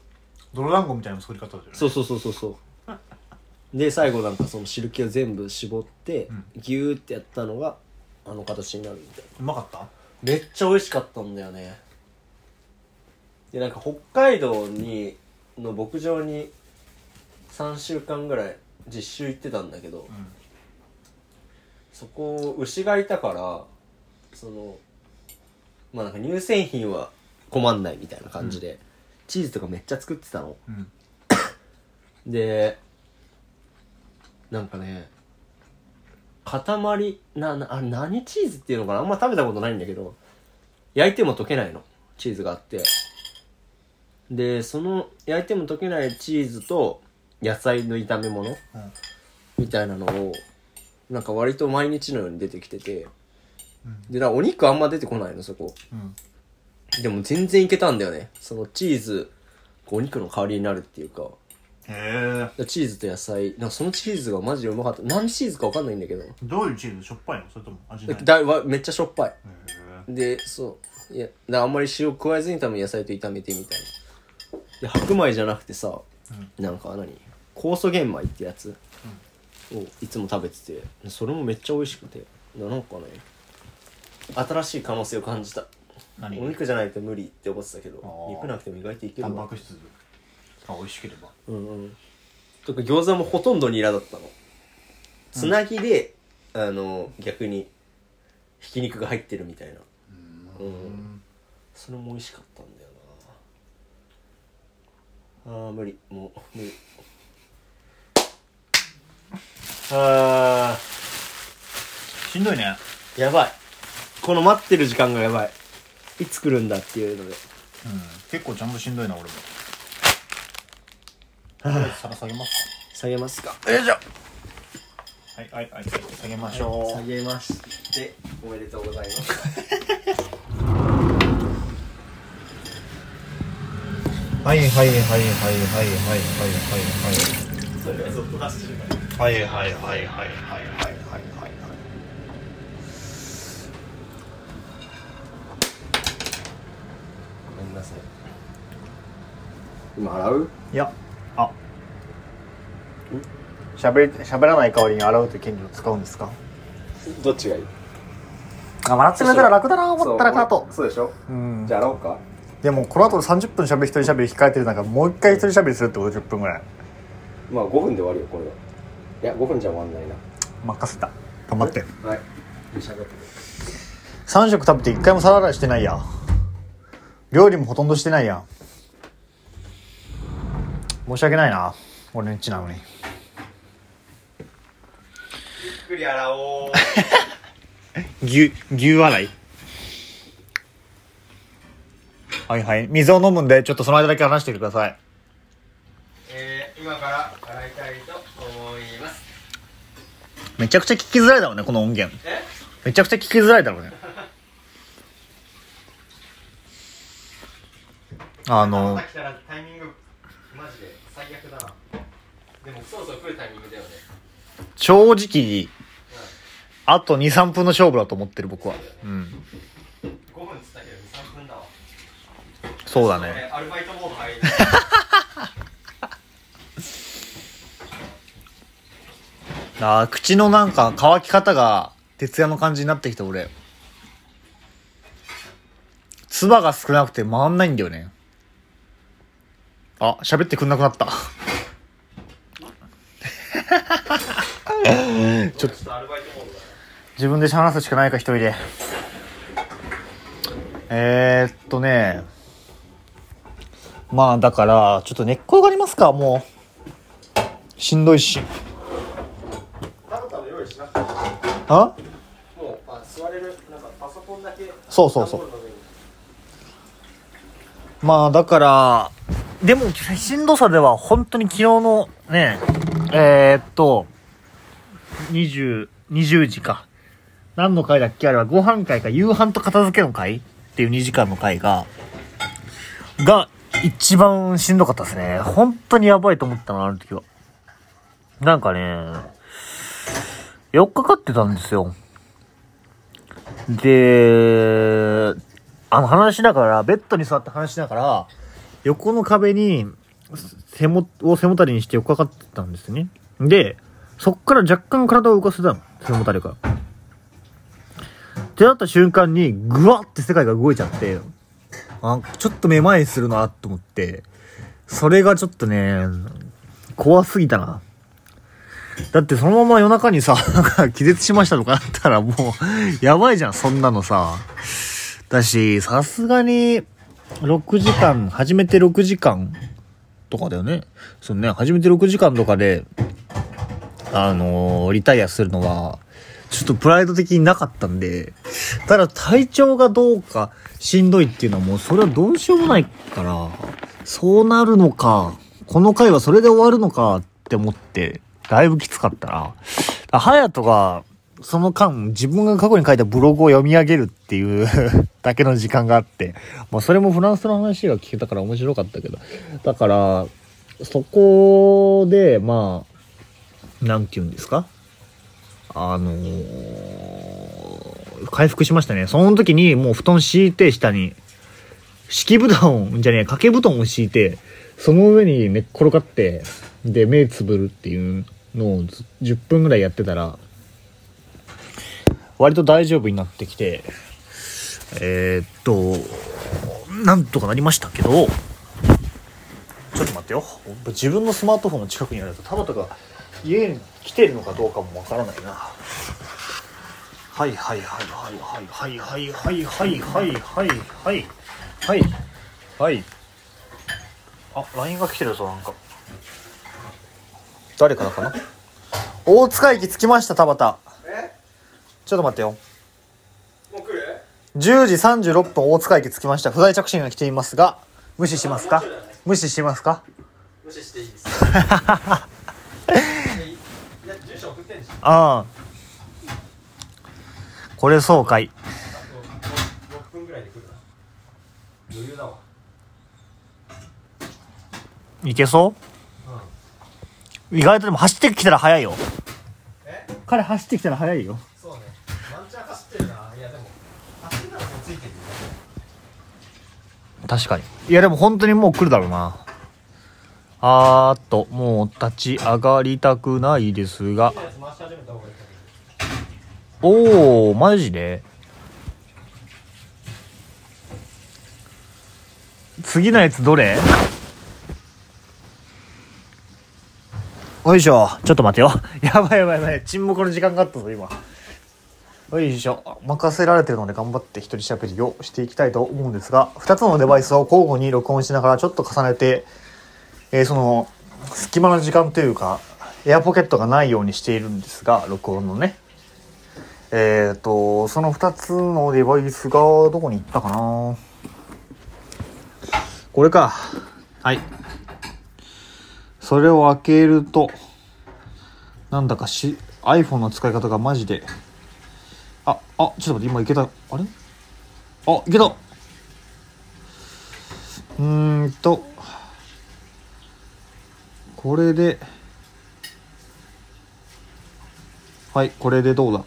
S7: 泥団子みたいな作り方だよね
S2: そうそうそうそうそうで最後なんかその汁気を全部絞って、
S7: うん
S2: ギューってやったのがあの形になるみたいな
S7: うまかった
S2: めっちゃ美味しかったんだよねでなんか北海道にの牧場に3週間ぐらい実習行ってたんだけど、
S7: ん
S2: そこ牛がいたからそのまあなんか乳製品は困んないみたいな感じで、チーズとかめっちゃ作ってたの
S7: うん
S2: でなんかね塊ななあ何チーズっていうのかなあんま食べたことないんだけど焼いても溶けないのチーズがあってでその焼いても溶けないチーズと野菜の炒め物
S7: うん
S2: みたいなのをなんか割と毎日のように出てきててでなんかお肉あんま出てこないのそこ
S7: うん
S2: でも全然いけたんだよねそのチーズこうお肉の代わりになるっていうか
S7: へえ
S2: チーズと野菜なんかそのチーズがマジでうまかった何チーズかわかんないんだけど
S7: どういうチーズしょっぱいのそれとも味ない
S2: だわめっちゃしょっぱい
S7: へ
S2: でそういやだあんまり塩加えずに多分野菜と炒めてみたいなで白米じゃなくてさ、なんか何酵素玄米ってやつをいつも食べててそれもめっちゃ美味しくてななんかね新しい可能性を感じた
S7: え
S2: お
S7: 何
S2: 肉じゃないと無理って思ってたけど
S7: あー
S2: 肉なくても意外といけ
S7: タ
S2: る
S7: ンパ
S2: わ
S7: ク質が美味しければ
S2: うんうんとか餃子もほとんどニラだったのつなぎで、あの逆にひき肉が入ってるみたいなうんそれも美味しかったんだよなあー無理もう無理
S7: あしんどいね
S2: やばいこの待ってる時間がやばいいつ来るんだっていうので
S7: うん結構ちゃんとしんどいな俺 も皿下げます
S2: 下げますか
S7: かはいはいはい下げましょう
S2: げましておめでとうございます
S7: はいはいはいはいはいはいはいはいはいはいはいはいはいはいはいはいはい
S2: ごめんなさい
S3: 今洗う
S4: いやあ喋り喋らない代わりに洗うという権利を使うんですか
S3: どっちがいい
S4: あ洗ってくれたら楽だな思ったらかと
S3: そうでしょ
S4: うん
S3: じゃあ洗おうか
S4: でもこの後の30分喋る一人喋り控えてる中もう一回一人喋りするってこと10分ぐらい
S3: まあ5分で終わるよこれはいや5分じゃ終わんないな
S4: 任せた頑張って
S3: はい喋って
S4: 3食食べて1回も皿洗いしてないや料理もほとんどしてないや申し訳ないな俺のっちなのに
S8: ゆっくり洗おう。
S4: 牛牛洗いはいはい水を飲むんでちょっとその間だけ話してください
S8: えー、今から洗いたいと思います。
S4: めちゃくちゃ聞きづらいだろうねこの音源
S8: え
S4: めちゃくちゃ聞きづらいだろうねあの
S8: 朝来たらタイミング、マジで最悪だな。でも、そろそろ来るタイミングだよね。
S4: 正直あと23分の勝負だと思ってる僕はうん
S8: 5分っつったけど、2、3分だわ。
S4: そうだね
S8: 俺アルバイトモード入る。
S4: あー口のなんか乾き方が徹夜の感じになってきた俺唾が少なくて回んないんだよねあ喋ってくんなくなったちょっと
S8: アルバイトモードだ。
S4: 自分で話すしかないか一人でえー、っとねまあだからちょっと根っこがありますかもうしんどいし
S8: タブタブ用意しなくて
S4: あ
S8: もうあ座れるなんかパソコンだけ
S4: そうそうそう
S8: 段ボールの上に
S4: まあだから、でもしんどさでは本当に昨日のね、えーっと、20、20時か。何の回だっけあれはご飯会か夕飯と片付けの会っていう2時間の会が、が一番しんどかったですね。本当にやばいと思ったの、あの時は。なんかね、4日かってたんですよ。で、あの話しながら、ベッドに座って話しながら、横の壁に、背も、を背もたれにして横かかってたんですね。で、そっから若干体を浮かせたの。背もたれから。ってなった瞬間に、ぐわって世界が動いちゃって、あ、ちょっとめまいするなと思って、それがちょっとね、怖すぎたな。だってそのまま夜中にさ、 なんか気絶しましたとかだったらもう、 やばいじゃん、そんなのさ。だし、さすがに、6時間、初めて6時間とかだよね。そのね、初めて6時間とかで、あのーリタイアするのは、ちょっとプライド的になかったんで、ただ体調がどうかしんどいっていうのはもうそれはどうしようもないから、そうなるのか、この回はそれで終わるのかって思って、だいぶきつかったな。隼人が、その間、自分が過去に書いたブログを読み上げるっていう だけの時間があって、まあそれもフランスの話が聞けたから面白かったけど、だから、そこで、まあ、なんて言うんですかあのー回復しましたね。その時にもう布団敷いて下に、敷布団、じゃねえ、掛け布団を敷いて、その上に寝っ転がって、で、目つぶるっていうのをず10分ぐらいやってたら、割と大丈夫になってきて、えーっと、なんとかなりましたけど、ちょっと待ってよ。自分のスマートフォンの近くにあると、田畑が家に来てるのかどうかもわからないな。はいはいはいはいはいはいはいはいはいはいはいはい。はい。あ、LINE が来てるぞ、なんか。誰からかな大塚駅着きました、田畑。ちょっと待ってよ。
S8: もう来る
S4: 10時36分大塚駅着きました不在着信が来ていますが無視しますか無視しますか
S8: 無視していいです住所送ってんじゃん
S4: ああこれそうかい
S8: 6分ぐらいで来るな余裕だわ
S4: いけそう、意外とでも走ってきたら早いよ彼走ってきたら早いよ
S8: そうねワンチャン走ってるないやでも走ってたらもうついてるよ
S4: 確かにいやでも本当にもう来るだろうなあーっともう立ち上がりたくないですがおおマジで次のやつどれよいしょちょっと待てよやばいやばいやばい沈黙の時間があったぞ今よいしょ任せられてるので頑張って一人しゃべりをしていきたいと思うんですが2つのデバイスを交互に録音しながらちょっと重ねて、えーその隙間の時間というかエアポケットがないようにしているんですが録音のねえっ、とその2つのデバイスがどこに行ったかなこれかはいそれを開けるとなんだかし iPhone の使い方がマジであ、あ、ちょっと待って、今いけた。あれあ、いけたうーんと、これで、はい、これでどうだ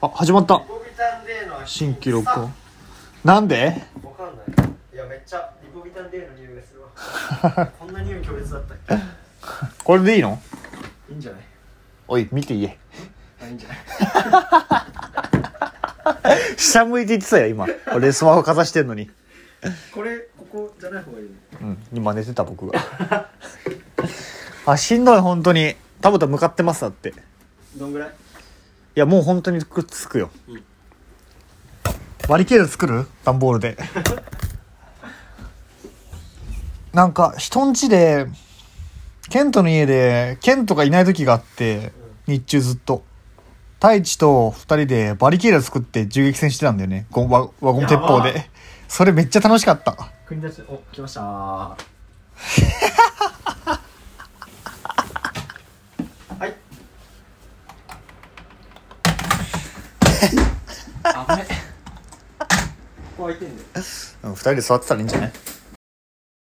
S4: あ、始まった
S8: リポビタンデーの
S4: 新規録音。なんで
S8: わかんないいやめっちゃリポビタンデーの匂いがする わこんな匂い強烈だったっけ
S4: これでいいの
S8: いいんじゃない
S4: おい、見て言え。
S8: あいいんじゃない
S4: 下向いて言ってたよ、今。俺、スマホかざしてんのに。
S8: これここじゃない方がいいね
S4: うん、今寝てた僕が。 あ、しんどい、本当に。田畑向かってます、だって。
S8: どんぐらい
S4: いやもう本当にくっつくよ、割り切る作る段ボールで なんか人ん家でケントの家でケントがいない時があって日中ずっと太一と2人でバリケード作って銃撃戦してたんだよねゴンワワゴン鉄砲でそれめっちゃ楽しかった。
S8: 国立お来 ましたー
S4: うん二人で座ってたらいいんじゃない